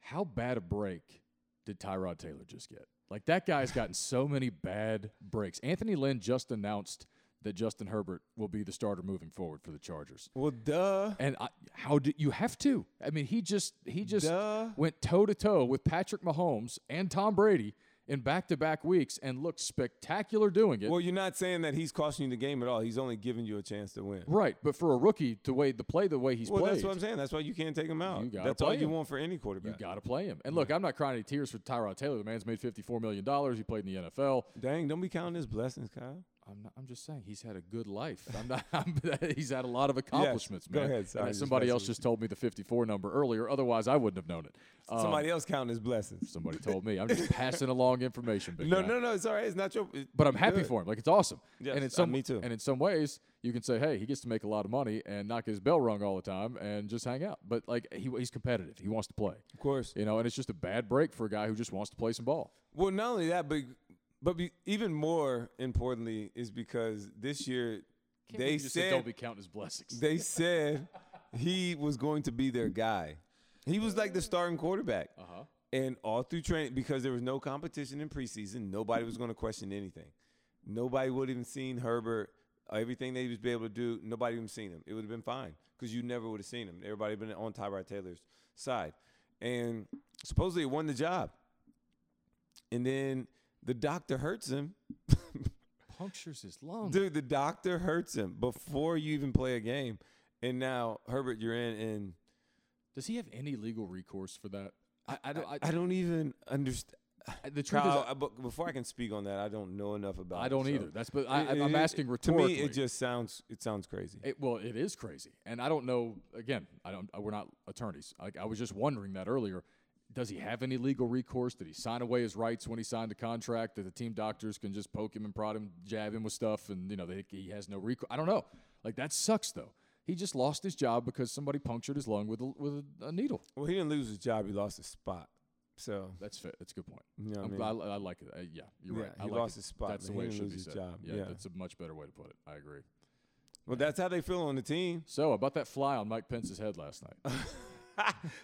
Speaker 1: how bad a break did Tyrod Taylor just get? Like that guy's gotten so many bad breaks. Anthony Lynn just announced that Justin Herbert will be the starter moving forward for the Chargers.
Speaker 2: Well, duh.
Speaker 1: And I, how do you have to? I mean, he just he just
Speaker 2: Duh.
Speaker 1: went toe to toe with Patrick Mahomes and Tom Brady in back to back weeks and looked spectacular doing it.
Speaker 2: Well, you're not saying that he's costing you the game at all. He's only giving you a chance to win.
Speaker 1: Right, but for a rookie to wade the play the way he's
Speaker 2: Well,
Speaker 1: played,
Speaker 2: that's what I'm saying. That's why you can't take him out.
Speaker 1: You gotta
Speaker 2: that's all
Speaker 1: play
Speaker 2: you
Speaker 1: him.
Speaker 2: want for any
Speaker 1: you
Speaker 2: quarterback.
Speaker 1: got to play him. And look, I'm not crying any tears for Tyrod Taylor. The man's made 54 million dollars. He played in the NFL.
Speaker 2: Dang, don't be counting his blessings, Kyle.
Speaker 1: I'm, not, I'm just saying he's had a good life. I'm not. I'm, he's had a lot of accomplishments,
Speaker 2: go
Speaker 1: man.
Speaker 2: ahead.
Speaker 1: And
Speaker 2: Sorry,
Speaker 1: that
Speaker 2: just
Speaker 1: somebody
Speaker 2: messing
Speaker 1: else
Speaker 2: with
Speaker 1: just told me the 54 number earlier. Otherwise, I wouldn't have known it. Um,
Speaker 2: Somebody else counting his blessings.
Speaker 1: somebody told me. I'm just passing along information. Big
Speaker 2: No,
Speaker 1: guy.
Speaker 2: no, no. It's all right. It's not your. it-
Speaker 1: but I'm happy
Speaker 2: good.
Speaker 1: for him. Like it's awesome.
Speaker 2: Yes,
Speaker 1: and in
Speaker 2: uh,
Speaker 1: some,
Speaker 2: me too.
Speaker 1: And in some ways, you can say, hey, he gets to make a lot of money and not get his bell rung all the time and just hang out. But like he, he's competitive. He wants to play.
Speaker 2: Of course.
Speaker 1: You know, and it's just a bad break for a guy who just wants to play some ball.
Speaker 2: Well, not only that, but but be, even more importantly is because this year they said
Speaker 1: don't be counting his blessings.
Speaker 2: they said he was going to be their guy. He was like the starting quarterback.
Speaker 1: Uh-huh.
Speaker 2: And all through training, because there was no competition in preseason, nobody was going to question anything. Nobody would have even seen Herbert. Everything they was be able to do, nobody even seen him. It would have been fine because you never would have seen him. Everybody been on Tyrod Taylor's side, and supposedly he won the job. And then the doctor hurts him.
Speaker 1: Punctures his lung.
Speaker 2: Dude, the doctor hurts him before you even play a game. And now Herbert, you're in, and
Speaker 1: Does he have any legal recourse for that? I, I don't. I,
Speaker 2: I don't even understand.
Speaker 1: the truth
Speaker 2: Kyle,
Speaker 1: is,
Speaker 2: I- but before I can speak on that, I don't know enough about.
Speaker 1: I,
Speaker 2: it,
Speaker 1: don't
Speaker 2: so-
Speaker 1: either. That's but I,
Speaker 2: It-
Speaker 1: I'm
Speaker 2: it-
Speaker 1: asking
Speaker 2: to
Speaker 1: rhetorically.
Speaker 2: me, it just sounds it sounds crazy.
Speaker 1: It, well, it is crazy, and I don't know. Again, I don't. We're not attorneys. Like I was just wondering that earlier. Does he have any legal recourse? Did he sign away his rights when he signed the contract? That the team doctors can just poke him and prod him, jab him with stuff, and you know they, he has no recourse. I don't know. Like that sucks though. He just lost his job because somebody punctured his lung with a, with a, a needle.
Speaker 2: well, he didn't lose his job; he lost his spot. So
Speaker 1: That's fair. That's a good point.
Speaker 2: you know what I
Speaker 1: I'm
Speaker 2: mean?
Speaker 1: glad- I, I like it. Uh, yeah, you're
Speaker 2: Yeah,
Speaker 1: right. I
Speaker 2: he
Speaker 1: like
Speaker 2: lost
Speaker 1: it.
Speaker 2: his spot,
Speaker 1: That's
Speaker 2: but
Speaker 1: the way
Speaker 2: he
Speaker 1: it
Speaker 2: didn't
Speaker 1: should
Speaker 2: lose
Speaker 1: be
Speaker 2: his
Speaker 1: said.
Speaker 2: job.
Speaker 1: Yeah,
Speaker 2: Yeah.
Speaker 1: that's a much better way to put it. I agree.
Speaker 2: well, that's how they feel on the team.
Speaker 1: So about that fly on Mike Pence's head last night.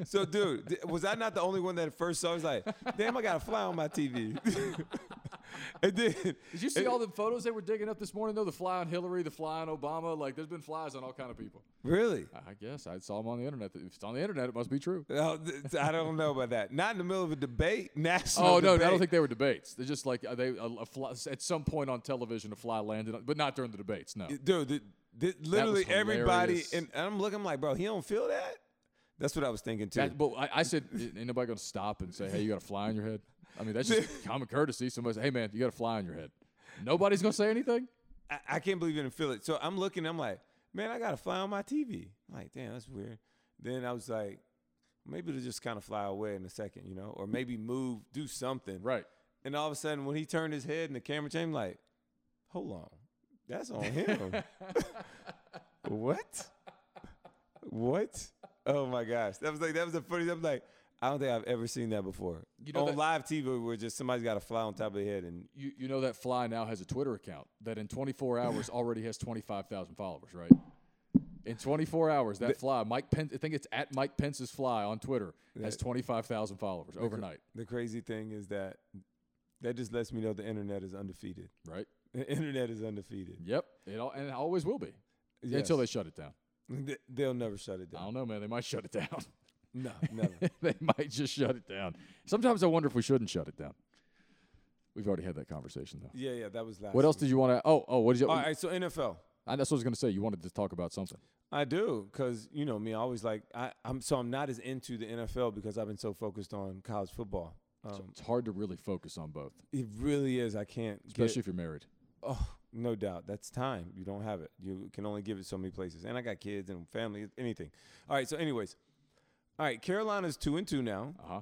Speaker 2: So, dude, th- was I not the only one that at first saw? I was like, "Damn, I got a fly on my TV." and then,
Speaker 1: Did you see all the photos they were digging up this morning? Though the fly on Hillary, the fly on Obama, like there's been flies on all kind of people.
Speaker 2: really,
Speaker 1: I I guess I saw them on the internet. If it's on the internet, it must be true.
Speaker 2: Oh, th- I don't know about that. Not in the middle of a debate, national.
Speaker 1: Oh no,
Speaker 2: debate.
Speaker 1: I don't think they were debates. They're just like uh, they a, a fly, at some point on television a fly landed, on, but not during the debates. No,
Speaker 2: dude. th- th- literally everybody,
Speaker 1: hilarious.
Speaker 2: and and I'm looking like, bro, he don't feel that. That's what I was thinking too.
Speaker 1: That- but I, I said, ain't nobody gonna stop and say, hey, you got a fly on your head. I mean, that's just common courtesy. Somebody say, hey man, you got a fly on your head. Nobody's gonna say anything.
Speaker 2: I, I can't believe you didn't feel it. So I'm looking, I'm like, man, I got a fly on my TV. I'm like, damn, that's weird. Then I was like, maybe it'll just kind of fly away in a second, you know, or maybe move, do something.
Speaker 1: Right.
Speaker 2: And all of a sudden, when he turned his head and the camera changed, I'm like, hold on, that's on him. what? What? Oh my gosh. That was like that was the funniest. I'm like, I don't think I've ever seen that before.
Speaker 1: You know
Speaker 2: on
Speaker 1: that-
Speaker 2: live TV where just somebody's got a fly on top of their head and
Speaker 1: You, you know that fly now has a Twitter account that in 24 hours already has 25,000 followers, right? In 24 hours, that fly, Mike Pence, I think it's at Mike Pence's fly on Twitter, has 25,000 followers overnight,
Speaker 2: the crazy thing is that that just lets me know the internet is undefeated.
Speaker 1: right?
Speaker 2: The internet is undefeated.
Speaker 1: Yep. It all, and it always will be until they shut it down.
Speaker 2: they they'll never shut it
Speaker 1: I
Speaker 2: down.
Speaker 1: don't know, man. They might shut it down.
Speaker 2: No, never.
Speaker 1: they might just shut it down. Sometimes I wonder if we shouldn't shut it down. We've already had that conversation, though.
Speaker 2: yeah, yeah, that was last.
Speaker 1: What else
Speaker 2: week.
Speaker 1: did you want to? Oh, oh, what did you?
Speaker 2: All right, so NFL.
Speaker 1: I, that's what I was going to say. You wanted to talk about something.
Speaker 2: I do, cause you know me. I always like I, I'm so I'm not as into the NFL because I've been so focused on college football.
Speaker 1: So
Speaker 2: Um,
Speaker 1: it's hard to really focus on both,
Speaker 2: it really is. I can't, get-
Speaker 1: especially if you're married.
Speaker 2: Oh, no doubt. That's time. You don't have it. You can only give it so many places. And I got kids and family, anything. All right. So, anyways, all right. Carolina's two and two now.
Speaker 1: Uh huh.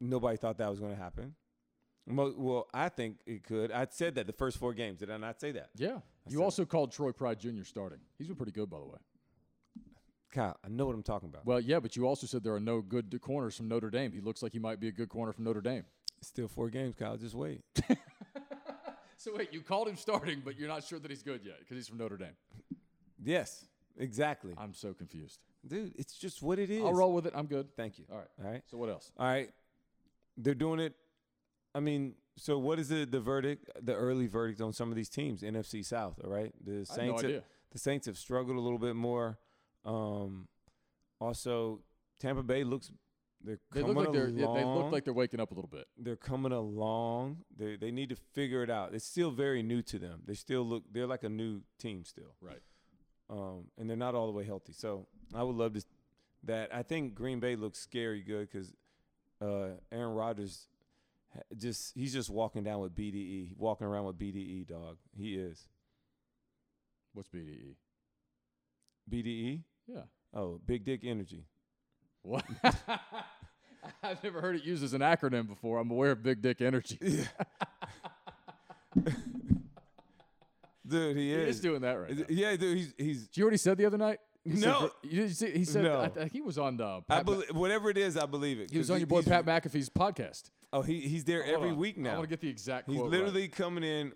Speaker 2: Nobody thought that was going to happen. Mo- well, I think it could. I said that the first four games. Did I not say that?
Speaker 1: Yeah. You
Speaker 2: said-
Speaker 1: also called Troy Pride Jr. starting. He's been pretty good, by the way.
Speaker 2: Kyle, I know what I'm talking about.
Speaker 1: Well, yeah, but you also said there are no good d- corners from Notre Dame. He looks like he might be a good corner from Notre Dame.
Speaker 2: Still four games, Kyle. Just wait.
Speaker 1: So wait, you called him starting, but you're not sure that he's good yet because he's from Notre Dame.
Speaker 2: yes, exactly.
Speaker 1: I'm so confused.
Speaker 2: Dude, it's just what it is.
Speaker 1: I'll roll with it. I'm good.
Speaker 2: Thank you.
Speaker 1: All right.
Speaker 2: All right.
Speaker 1: So what else?
Speaker 2: All right. They're doing it. I mean, so what is the, the verdict, the early verdict on some of these teams, NFC South, all right? The Saints
Speaker 1: I have no idea.
Speaker 2: have, the Saints have struggled a little bit more. Um, also Tampa Bay looks they're
Speaker 1: They
Speaker 2: coming
Speaker 1: look like they're
Speaker 2: along.
Speaker 1: yeah, they look like they're waking up a little bit.
Speaker 2: they're coming along. They they need to figure it out. It's still very new to them. They still look they're like a new team still
Speaker 1: Right.
Speaker 2: um, and they're not all the way healthy. So I would love to that. I think Green Bay looks scary good because uh, Aaron Rodgers ha- just he's just walking down with BDE, walking around with BDE, dog. He is
Speaker 1: What's BDE?
Speaker 2: BDE.
Speaker 1: Yeah.
Speaker 2: E? Oh, big dick energy.
Speaker 1: What? I've never heard it used as an acronym before. I'm aware of Big Dick Energy.
Speaker 2: Dude, he
Speaker 1: He
Speaker 2: is.
Speaker 1: is doing that right.
Speaker 2: Is
Speaker 1: now.
Speaker 2: it- yeah, dude, he's he's.
Speaker 1: Do you already said the other night? He said
Speaker 2: No.
Speaker 1: gr- you didn't see, he said
Speaker 2: No.
Speaker 1: I think he was on the.
Speaker 2: I
Speaker 1: Pat Ma-
Speaker 2: believe whatever it is, I believe it.
Speaker 1: he was
Speaker 2: 'cause
Speaker 1: on your boy
Speaker 2: he's-
Speaker 1: Pat McAfee's podcast
Speaker 2: Oh, he he's there
Speaker 1: Hold
Speaker 2: every
Speaker 1: on.
Speaker 2: week now.
Speaker 1: I want to get the exact.
Speaker 2: he's
Speaker 1: quote
Speaker 2: literally coming in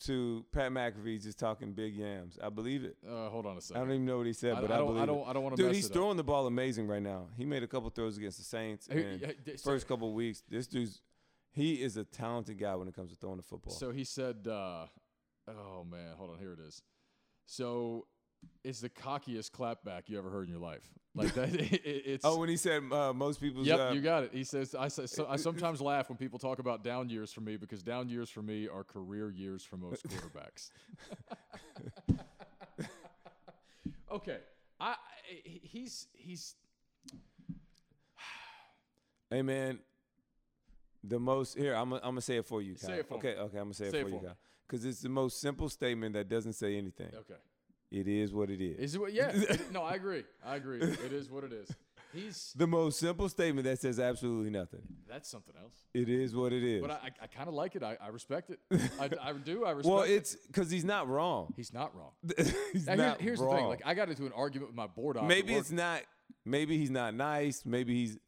Speaker 2: to Pat McAfee, just talking big yams. I believe it.
Speaker 1: Right. Uh, hold on a
Speaker 2: I
Speaker 1: second.
Speaker 2: don't even know what he said,
Speaker 1: I-
Speaker 2: but
Speaker 1: I
Speaker 2: I,
Speaker 1: don't- I
Speaker 2: believe it.
Speaker 1: don't- I don't wanna
Speaker 2: Dude,
Speaker 1: mess
Speaker 2: he's
Speaker 1: it up.
Speaker 2: throwing the ball amazing right now. He made a couple throws against the Saints.
Speaker 1: Hey,
Speaker 2: and
Speaker 1: yeah, d- so-
Speaker 2: first couple weeks, this dude's he is a talented guy when it comes to throwing the football.
Speaker 1: So he said, uh, "Oh man, hold on, here it is." So it's the cockiest clapback you ever heard in your life. Like that. It, it's.
Speaker 2: oh, when he said uh, most people's
Speaker 1: Yep,
Speaker 2: uh,
Speaker 1: you got it. He says, I, s- so, I sometimes laugh when people talk about down years for me because down years for me are career years for most quarterbacks. okay. I, I- he- he's, he's,
Speaker 2: hey man, the most here. I'm gonna- I'm gonna say it for you.
Speaker 1: Say
Speaker 2: Kyle.
Speaker 1: it for me.
Speaker 2: okay, okay, I'm gonna say,
Speaker 1: Say it
Speaker 2: it for
Speaker 1: for
Speaker 2: you,
Speaker 1: me.
Speaker 2: guy. Because it's the most simple statement that doesn't say anything.
Speaker 1: okay.
Speaker 2: It is what it is.
Speaker 1: Is it what? Yeah. it- no, I agree. I agree. It is what it is. He's,
Speaker 2: the most simple statement that says absolutely nothing.
Speaker 1: that's something else.
Speaker 2: It is what it is.
Speaker 1: But I, I, I kind of like it. I, I respect it. I, I do. I respect
Speaker 2: well,
Speaker 1: it.
Speaker 2: it's because he's not wrong.
Speaker 1: He's not wrong.
Speaker 2: he's
Speaker 1: Now, here-
Speaker 2: not
Speaker 1: here's
Speaker 2: wrong.
Speaker 1: the thing. Like, I got into an argument with my board op. at
Speaker 2: maybe
Speaker 1: work
Speaker 2: it's not maybe he's not nice maybe he's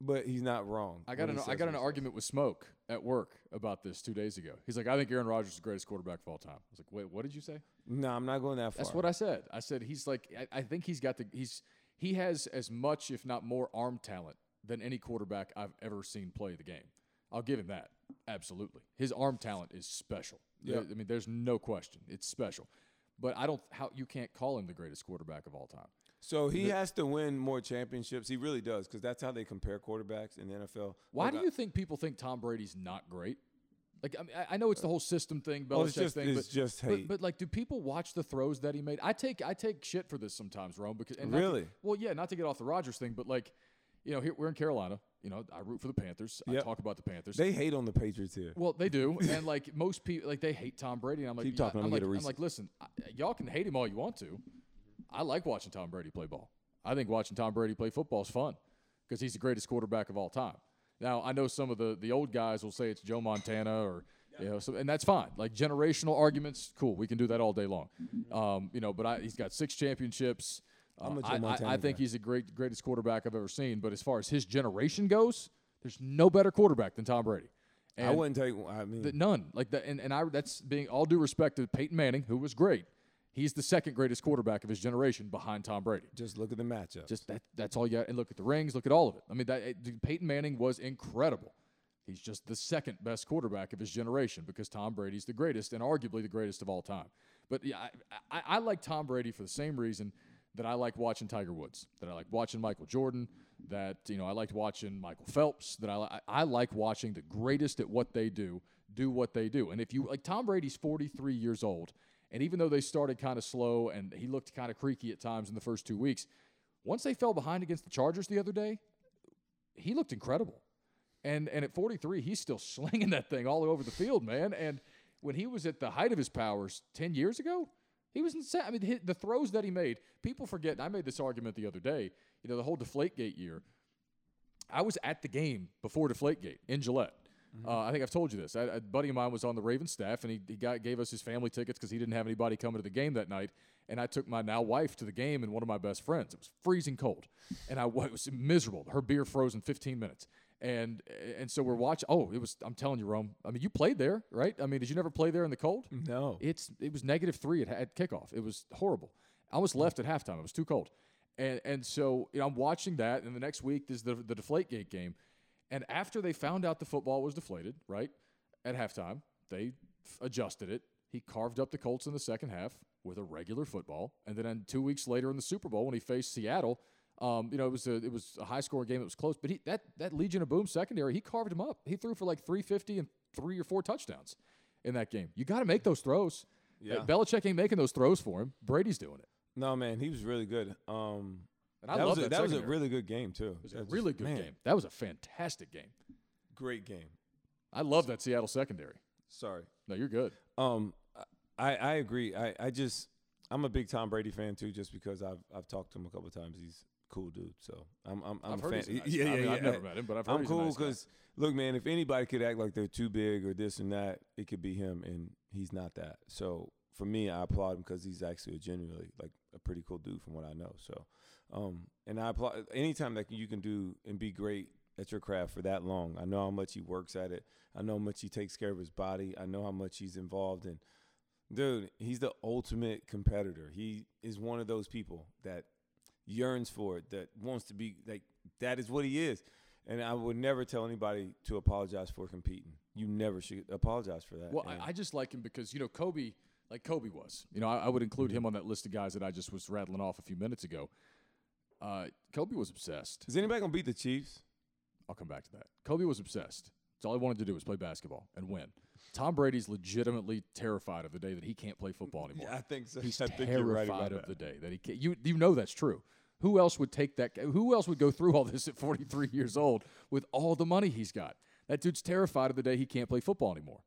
Speaker 2: but he's not wrong
Speaker 1: I got
Speaker 2: when
Speaker 1: an
Speaker 2: he
Speaker 1: I
Speaker 2: says
Speaker 1: got an
Speaker 2: what he
Speaker 1: argument with Smoke at work about this two days ago. He's like, I think Aaron Rodgers is the greatest quarterback of all time. I was like, wait, what did you say?
Speaker 2: says. no i'm not going that far
Speaker 1: That's what I said. I said he's like, I, I think he's got the he's he has as much, if not more, arm talent than any quarterback I've ever seen play the game. I'll give him that. Absolutely, his arm talent is special. There- I mean, there's no question. It's special. But I don't how you can't call him the greatest quarterback of all time.
Speaker 2: so he has to win more championships he really does because that's how they compare quarterbacks in the nfl
Speaker 1: Why
Speaker 2: Like,
Speaker 1: do
Speaker 2: I-
Speaker 1: you think people think Tom Brady's not great? Like I, mean, I- I know it's the whole system thing, Belichick
Speaker 2: Oh, it's just-
Speaker 1: thing,
Speaker 2: it's
Speaker 1: but,
Speaker 2: just
Speaker 1: but-
Speaker 2: hate.
Speaker 1: But, like, do people watch the throws that he made? I take I take shit for this sometimes, Rome. Because and not to-
Speaker 2: Really?
Speaker 1: well, yeah, not to get off the Rogers thing, but like, you know, here we're in Carolina. You know, I root for the Panthers. I
Speaker 2: Yep.
Speaker 1: talk about the Panthers.
Speaker 2: they hate on the patriots here
Speaker 1: well, they do, and like most people, like they hate Tom Brady. And I'm like,
Speaker 2: Keep
Speaker 1: yeah,
Speaker 2: talking,
Speaker 1: I'm,
Speaker 2: I'm gonna
Speaker 1: like,
Speaker 2: get a
Speaker 1: I'm like, listen, I, y'all can hate him all you want to. I like watching Tom Brady play ball. I think watching Tom Brady play football is fun because he's the greatest quarterback of all time. Now I know some of the the old guys will say it's Joe Montana or you know, so, and that's fine. Like generational arguments, cool. We can do that all day long. Um, you know, but I, he's got six championships.
Speaker 2: I'm a Joe
Speaker 1: I- I,
Speaker 2: Montana
Speaker 1: I think
Speaker 2: guy.
Speaker 1: he's the great greatest quarterback I've ever seen. But as far as his generation goes, there's no better quarterback than Tom Brady.
Speaker 2: I
Speaker 1: And
Speaker 2: wouldn't take. I mean,
Speaker 1: th- none like that. And, and I that's being all due respect to Peyton Manning, who was great. He's the second greatest quarterback of his generation behind Tom Brady.
Speaker 2: just look at the matchup.
Speaker 1: Just that that's all you got. And look at the rings. Look at all of it. I mean, that it- Peyton Manning was incredible. He's just the second best quarterback of his generation because Tom Brady's the greatest and arguably the greatest of all time. But yeah, I, I, I like Tom Brady for the same reason that I like watching Tiger Woods, that I like watching Michael Jordan, that you know I liked watching Michael Phelps, that I li- I like watching the greatest at what they do do what they do. And if you like Tom Brady's 43 years old, and even though they started kind of slow and he looked kind of creaky at times in the first two weeks, once they fell behind against the Chargers the other day, he looked incredible. And and at 43, he's still slinging that thing all over the field, man. And when he was at the height of his powers 10 years ago, he was insane. I mean, hi- the throws that he made, people forget. and I made this argument the other day. You know, the whole Deflategate year. I was at the game before Deflategate in Gillette. Uh, I think I've told you this. I, a buddy of mine was on the Ravens staff, and he, he got, gave us his family tickets because he didn't have anybody coming to the game that night. And I took my now wife to the game and one of my best friends. It was freezing cold, and I wa- it was miserable. Her beer froze in 15 minutes, and and so we're watching. Oh, it was. I'm telling you, Rome. I mean, you played there, right? I mean, did you never play there in the cold?
Speaker 2: no.
Speaker 1: It's it was negative three at, at kickoff. It was horrible. I almost left at halftime. It was too cold, and and so you know, I'm watching that. And the next week is the the Deflategate game, and after they found out the football was deflated, right at halftime, they f- adjusted it. He carved up the Colts in the second half with a regular football, and then on two weeks later in the Super Bowl when he faced Seattle. Um, you know, it was a it was a high scoring game. It was close, but he, that that Legion of Boom secondary, he carved him up. He threw for like 350 and three or four touchdowns in that game. You got to make those throws.
Speaker 2: Yeah.
Speaker 1: Uh, Belichick ain't making those throws for him. Brady's doing it.
Speaker 2: No, man, he was really good. Um,
Speaker 1: And I
Speaker 2: that
Speaker 1: love
Speaker 2: was a,
Speaker 1: that
Speaker 2: that was a
Speaker 1: secondary.
Speaker 2: really good game too.
Speaker 1: It was a really good game. That was a fantastic game.
Speaker 2: Great game.
Speaker 1: I love that Seattle secondary.
Speaker 2: Sorry.
Speaker 1: No, you're good.
Speaker 2: Um, I I agree. I I just I'm a big Tom Brady fan too, just because I've I've talked to him a couple times. He's a cool dude. So I'm I'm, I'm
Speaker 1: I've
Speaker 2: a
Speaker 1: heard
Speaker 2: fan.
Speaker 1: he's a nice
Speaker 2: yeah,
Speaker 1: guy.
Speaker 2: yeah,
Speaker 1: I mean,
Speaker 2: yeah.
Speaker 1: I've never met him, but I've heard
Speaker 2: I'm
Speaker 1: he's a
Speaker 2: cool
Speaker 1: nice guy.
Speaker 2: because look, man, if anybody could act like they're too big or this and that, it could be him, and he's not that. So for me, I applaud him because he's actually a genuinely like a pretty cool dude from what I know. So, um, and I applaud anytime that you can do and be great at your craft for that long. I know how much he works at it. I know how much he takes care of his body. I know how much he's involved in. Dude, he's the ultimate competitor. He is one of those people that yearns for it, that wants to be like that is what he is. And I would never tell anybody to apologize for competing. You never should apologize for that.
Speaker 1: Well,
Speaker 2: And
Speaker 1: I, I just like him because you know Kobe, like Kobe was. You know, I, I would include him on that list of guys that I just was rattling off a few minutes ago. Uh, Kobe was obsessed.
Speaker 2: is anybody gonna beat the Chiefs?
Speaker 1: I'll come back to that. Kobe was obsessed. It's all he wanted to do was play basketball and win. Tom Brady's legitimately terrified of the day that he can't play football anymore.
Speaker 2: I think so.
Speaker 1: He's
Speaker 2: I think you're right
Speaker 1: terrified
Speaker 2: about
Speaker 1: of
Speaker 2: that.
Speaker 1: the day that he can't. You you know that's true. Who else would take that? Who else would go through all this at 43 years old with all the money he's got? That dude's terrified of the day he can't play football anymore.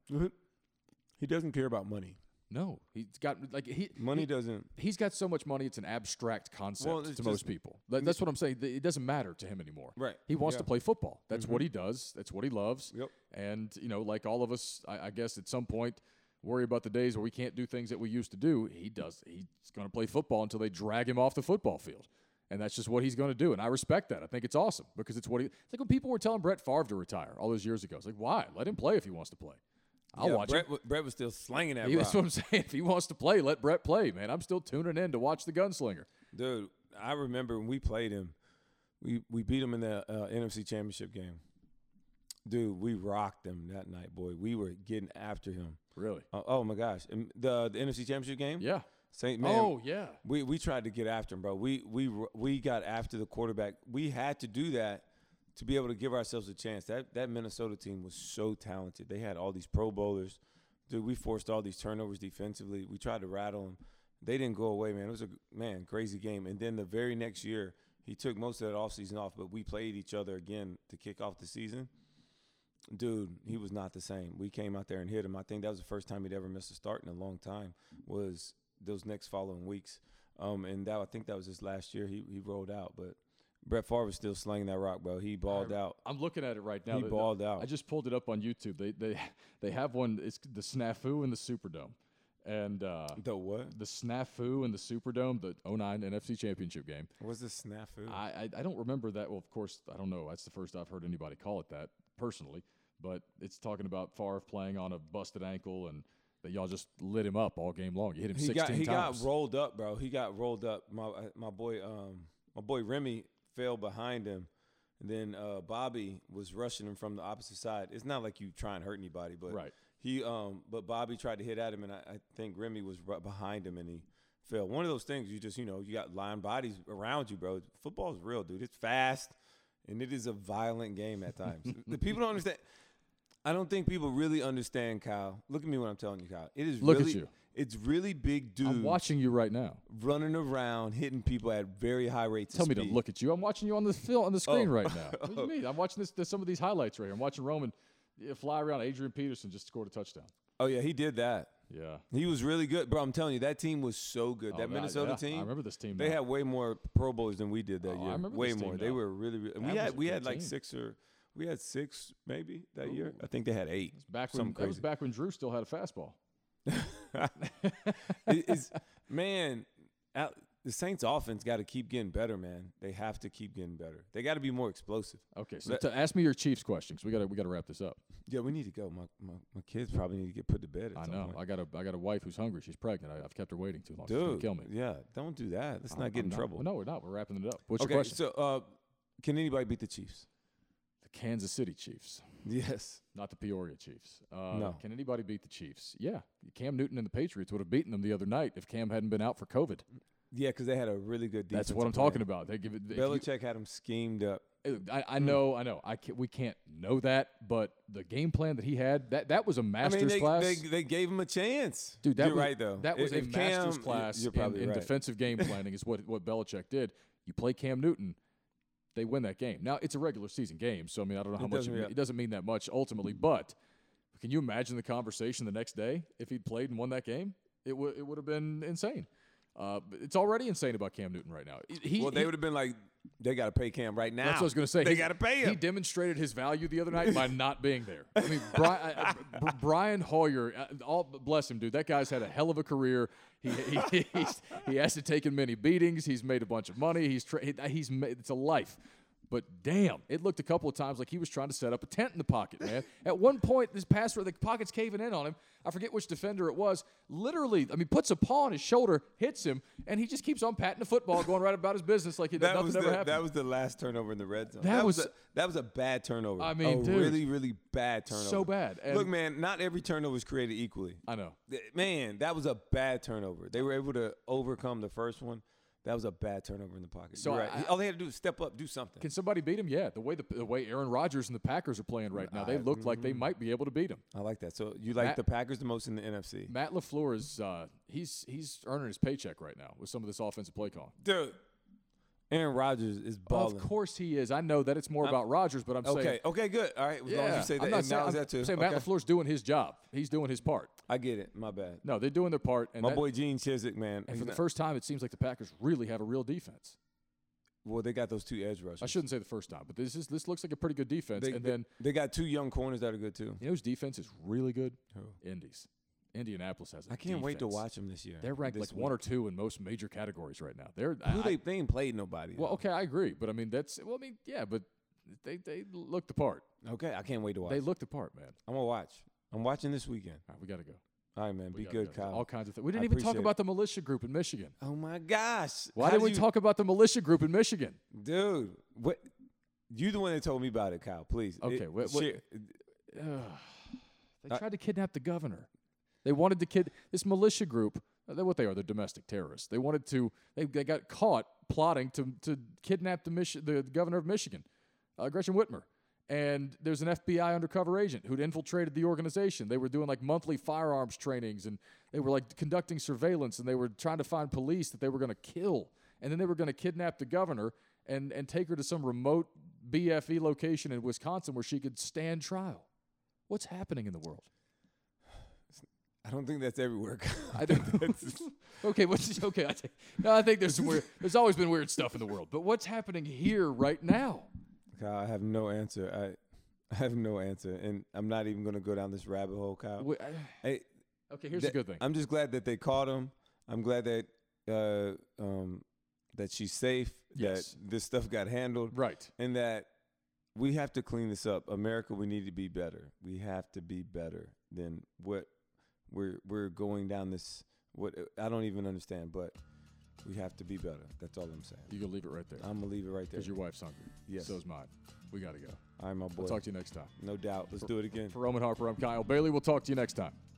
Speaker 2: He doesn't care about money.
Speaker 1: No, he's got like he
Speaker 2: Money doesn't.
Speaker 1: He's got so much money; it's an abstract concept
Speaker 2: Well,
Speaker 1: to
Speaker 2: it's
Speaker 1: most
Speaker 2: just-
Speaker 1: people. That- that's what I'm saying. It doesn't matter to him anymore.
Speaker 2: Right.
Speaker 1: He wants to
Speaker 2: Yeah. Mm-hmm.
Speaker 1: play football. That's what he does. That's what he loves.
Speaker 2: Yep.
Speaker 1: And you know, like all of us, I, I guess at some point worry about the days where we can't do things that we used to do. He does. He's going to play football until they drag him off the football field. And that's just what he's going to do. And I respect that. I think it's awesome because it's what he. It's like when people were telling Brett Favre to retire all those years ago. It's like, why? Let him play if he wants to play. I'll
Speaker 2: Yeah,
Speaker 1: watch him.
Speaker 2: Brett, wa- Brett was still slanging that.
Speaker 1: He-
Speaker 2: rock.
Speaker 1: that's what I'm saying. If he wants to play, let Brett play, man. I'm still tuning in to watch the gunslinger.
Speaker 2: Dude, I remember when we played him. We we beat him in the uh, NFC Championship game. Dude, we rocked him that night, boy. We were getting after him.
Speaker 1: Really?
Speaker 2: Uh, oh my gosh, And the the NFC Championship game.
Speaker 1: Yeah.
Speaker 2: Saint man.
Speaker 1: Oh yeah.
Speaker 2: We we tried to get after him, bro. We we we got after the quarterback. We had to do that to be able to give ourselves a chance. That that Minnesota team was so talented. They had all these Pro Bowlers. Dude, we forced all these turnovers defensively. We tried to rattle them. They didn't go away, man. It was a man crazy game. And then the very next year, he took most of that offseason off, but we played each other again to kick off the season. Dude, he was not the same. We came out there and hit him. I think that was the first time he'd ever missed a start in a long time. Was those next following weeks, um, and that I think that was his last year. He he rolled out, but Brett Favre was still slinging that rock, bro. He balled out.
Speaker 1: I'm looking at it right now.
Speaker 2: He
Speaker 1: The-
Speaker 2: balled out.
Speaker 1: I just pulled it up on YouTube. They they they have one. It's the snafu in the Superdome, and uh,
Speaker 2: The what?
Speaker 1: the snafu in the Superdome, the 09 NFC Championship game.
Speaker 2: What's the snafu?
Speaker 1: I, I I don't remember that. Well, of course, I don't know. That's the first I've heard anybody call it that personally. But it's talking about Favre playing on a busted ankle and that y'all just lit him up all game long. You hit him
Speaker 2: he
Speaker 1: 16
Speaker 2: got he
Speaker 1: times.
Speaker 2: got rolled up, bro. He got rolled up. My uh, my boy um my boy Remy fell behind him. And then uh, Bobby was rushing him from the opposite side. It's not like you try and hurt anybody, but
Speaker 1: Right.
Speaker 2: he um but Bobby tried to hit at him, and I, I think Remy was right behind him, and he fell. One of those things you just you know you got lying bodies around you, bro. Football's real, dude. It's fast, and it is a violent game at times. the people don't understand. I don't think people really understand, Kyle. Look at me when I'm telling you, Kyle. It is
Speaker 1: Look at
Speaker 2: really,
Speaker 1: you.
Speaker 2: It's really big
Speaker 1: I'm
Speaker 2: dudes
Speaker 1: watching you right now.
Speaker 2: running around, hitting people at very high rates.
Speaker 1: Tell
Speaker 2: of
Speaker 1: me
Speaker 2: speed.
Speaker 1: to look at you. I'm watching you on the film on the screen
Speaker 2: Oh.
Speaker 1: right now. What do you mean? I'm watching this, this some of these highlights right here. I'm watching Roman yeah, fly around. Adrian Peterson just scored a touchdown.
Speaker 2: Oh yeah, he did that.
Speaker 1: Yeah.
Speaker 2: He was really good, bro. I'm telling you, that team was so good.
Speaker 1: Oh,
Speaker 2: that
Speaker 1: that-
Speaker 2: Minnesota
Speaker 1: yeah, I
Speaker 2: team.
Speaker 1: remember this team
Speaker 2: They
Speaker 1: now.
Speaker 2: had way more Pro Bowlers than we did
Speaker 1: Oh,
Speaker 2: that
Speaker 1: I
Speaker 2: year.
Speaker 1: remember
Speaker 2: way
Speaker 1: this team
Speaker 2: more. They
Speaker 1: now.
Speaker 2: were really. really and
Speaker 1: That was
Speaker 2: we had
Speaker 1: a
Speaker 2: we
Speaker 1: good
Speaker 2: had like
Speaker 1: team.
Speaker 2: six or we had six maybe that year. I think they had eight.
Speaker 1: Back when
Speaker 2: Something
Speaker 1: that was
Speaker 2: crazy.
Speaker 1: back when Drew still had a fastball.
Speaker 2: It- it's, man, out, the Saints' offense got to keep getting better, man. They have to keep getting better. They got to be more explosive.
Speaker 1: Okay, so
Speaker 2: Let-
Speaker 1: to ask me your Chiefs question, 'cause we gotta we gotta wrap this up.
Speaker 2: Yeah, we need to go. My my, my kids probably need to get put to bed. At
Speaker 1: I
Speaker 2: some
Speaker 1: know.
Speaker 2: Point.
Speaker 1: I got a I got a wife who's hungry. She's pregnant. I, I've kept her waiting too long. Oh, She's gonna
Speaker 2: Dude,
Speaker 1: kill me.
Speaker 2: Yeah, don't do that. Let's not
Speaker 1: I'm
Speaker 2: get in
Speaker 1: not-
Speaker 2: trouble.
Speaker 1: No, we're not. We're wrapping it up. What's
Speaker 2: okay,
Speaker 1: your question?
Speaker 2: so uh, can anybody beat the Chiefs?
Speaker 1: the Kansas City Chiefs,
Speaker 2: Yes.
Speaker 1: not the Peoria Chiefs. Uh,
Speaker 2: No.
Speaker 1: Can anybody beat the Chiefs? Yeah. Cam Newton and the Patriots would have beaten them the other night if Cam hadn't been out for COVID.
Speaker 2: Yeah, because they had a really good defense.
Speaker 1: That's what I'm talking about. They give it. if you-
Speaker 2: Belichick had them schemed up.
Speaker 1: I, I know. I know. I can't, we can't know that, but the game plan that he had that that was a
Speaker 2: I
Speaker 1: master's
Speaker 2: mean, they,
Speaker 1: class.
Speaker 2: they, they gave him a chance.
Speaker 1: Dude, that
Speaker 2: you're
Speaker 1: was,
Speaker 2: right though.
Speaker 1: That was
Speaker 2: If-
Speaker 1: a
Speaker 2: if
Speaker 1: master's
Speaker 2: Cam-
Speaker 1: class
Speaker 2: You're
Speaker 1: in,
Speaker 2: probably
Speaker 1: in
Speaker 2: right.
Speaker 1: defensive game planning. Is what what Belichick did. You play Cam Newton, they win that game. Now it's a regular season game, so I mean I don't know how
Speaker 2: It
Speaker 1: much
Speaker 2: doesn't-
Speaker 1: it,
Speaker 2: yeah.
Speaker 1: me- it doesn't mean that much ultimately. But can you imagine the conversation the next day if he'd played and won that game? It would it would have been insane. Uh, but it's already insane about Cam Newton right now. He,
Speaker 2: Well, they
Speaker 1: he-
Speaker 2: would have been like, they got to pay Cam right now.
Speaker 1: that's what I was going to say.
Speaker 2: They
Speaker 1: He-
Speaker 2: got to pay him.
Speaker 1: He demonstrated his value the other night by not being there. I mean, Brian, I, I- Br- Brian Hoyer, uh, all bless him, dude. That guy's had a hell of a career. He he, he's, he has to taken many beatings. He's made a bunch of money. He's tra- he's made, it's a life. But damn, it looked a couple of times like he was trying to set up a tent in the pocket, man. At one point, this pass where the pocket's caving in on him. I forget which defender it was. Literally, I mean, puts a paw on his shoulder, hits him, and he just keeps on patting the football, going right about his business like he,
Speaker 2: that
Speaker 1: nothing
Speaker 2: was
Speaker 1: ever
Speaker 2: the,
Speaker 1: happened.
Speaker 2: that was the last turnover in the red zone.
Speaker 1: That
Speaker 2: That, was,
Speaker 1: was-
Speaker 2: a, that was a bad turnover.
Speaker 1: I mean,
Speaker 2: a
Speaker 1: dude.
Speaker 2: really really bad turnover.
Speaker 1: bad, and-
Speaker 2: Look, man, not every turnover is created equally.
Speaker 1: I know.
Speaker 2: Th- Man, that was a bad turnover. They were able to overcome the first one. That was a bad turnover in the pocket.
Speaker 1: So
Speaker 2: You're right.
Speaker 1: I-
Speaker 2: all they had to do was step up, do something.
Speaker 1: Can somebody beat him? Yeah, the way the, the way Aaron Rodgers and the Packers are playing right now, they look like they
Speaker 2: Mm-hmm.
Speaker 1: might be able to beat him.
Speaker 2: I like that. So you like
Speaker 1: Matt-
Speaker 2: the Packers the most in the NFC,
Speaker 1: Matt Lafleur is uh, he's he's earning his paycheck right now with some of this offensive play calling.
Speaker 2: dude. Aaron Rodgers is balling.
Speaker 1: Of course he is. I know that it's more about Rodgers, but I'm
Speaker 2: Okay.
Speaker 1: saying
Speaker 2: Okay. Good. All right. As
Speaker 1: yeah,
Speaker 2: long as you say that,
Speaker 1: I'm not
Speaker 2: and
Speaker 1: saying,
Speaker 2: now is
Speaker 1: I'm
Speaker 2: that too.
Speaker 1: saying
Speaker 2: okay.
Speaker 1: Matt Lafleur's doing his job. He's doing his part.
Speaker 2: I get it. My bad.
Speaker 1: No, they're doing their part, and
Speaker 2: My
Speaker 1: that-
Speaker 2: boy Gene Chizik, man.
Speaker 1: and
Speaker 2: he's
Speaker 1: for the
Speaker 2: not-
Speaker 1: first time, it seems like the Packers really have a real defense.
Speaker 2: well, they got those two edge
Speaker 1: I
Speaker 2: rushers.
Speaker 1: shouldn't say the first time, but this is this looks like a pretty good defense.
Speaker 2: They,
Speaker 1: and
Speaker 2: they-
Speaker 1: then
Speaker 2: they got two young corners that are good too.
Speaker 1: you know whose defense is really good?
Speaker 2: Who?
Speaker 1: Indies. Indianapolis has. I
Speaker 2: I can't wait to watch them this year.
Speaker 1: They're ranked
Speaker 2: this
Speaker 1: like one or two in most major categories right now. They're
Speaker 2: week. Who
Speaker 1: I-
Speaker 2: they, they ain't played nobody.
Speaker 1: well, okay, I agree, but I mean that's well, I mean yeah, but they they look the part.
Speaker 2: okay. I can't wait to watch.
Speaker 1: They look the part, man.
Speaker 2: I'm gonna watch. I'm watching this weekend.
Speaker 1: All right, we gotta go.
Speaker 2: All right, man.
Speaker 1: We
Speaker 2: Be
Speaker 1: gotta
Speaker 2: good,
Speaker 1: go.
Speaker 2: Kyle.
Speaker 1: All kinds of things. We
Speaker 2: I
Speaker 1: didn't even talk
Speaker 2: appreciate it.
Speaker 1: about the militia group in Michigan.
Speaker 2: Oh my gosh!
Speaker 1: Why
Speaker 2: How
Speaker 1: didn't we
Speaker 2: you-
Speaker 1: talk about the militia group in Michigan?
Speaker 2: dude? What? You the one that told me about it, Kyle. Please.
Speaker 1: Okay,
Speaker 2: It,
Speaker 1: what- what-
Speaker 2: share-
Speaker 1: Ugh. they
Speaker 2: I-
Speaker 1: tried to kidnap the governor. They wanted to kid this militia group. uh, They're what they are. They're domestic terrorists. They wanted to. They, they got caught plotting to to kidnap the Michi- the governor of Michigan, uh, Gretchen Whitmer. And there's an FBI undercover agent who'd infiltrated the organization. They were doing like monthly firearms trainings, and they were like conducting surveillance, and they were trying to find police that they were going to kill, and then they were going to kidnap the governor and and take her to some remote BFE location in Wisconsin where she could stand trial. What's happening in the world?
Speaker 2: I don't think that's everywhere. Kyle.
Speaker 1: I don't. okay, what's okay? I think, no, I think there's some weird. There's always been weird stuff in the world, but what's happening here right now?
Speaker 2: Kyle, I have no answer. I, I have no answer, and I'm not even gonna go down this rabbit hole, Kyle.
Speaker 1: Wh- I-
Speaker 2: I,
Speaker 1: uh, Okay, here's
Speaker 2: Uh, the
Speaker 1: the good thing.
Speaker 2: I'm just glad that they caught him. I'm glad that uh, um, that she's safe.
Speaker 1: Yes.
Speaker 2: That this stuff got handled,
Speaker 1: right.
Speaker 2: and that we have to clean this up. America, we need to be better. We have to be better than what we're we're going down this. What I don't even understand, but we have to be better. That's all I'm saying.
Speaker 1: You can leave it right there
Speaker 2: I'm gonna leave it right there.
Speaker 1: because your wife's hungry.
Speaker 2: Yes.
Speaker 1: So is mine. We got to go.
Speaker 2: All right, my boy.
Speaker 1: We'll talk to you next time.
Speaker 2: no doubt. Let's do it again.
Speaker 1: For Roman Harper, I'm Kyle Bailey. We'll talk to you next time.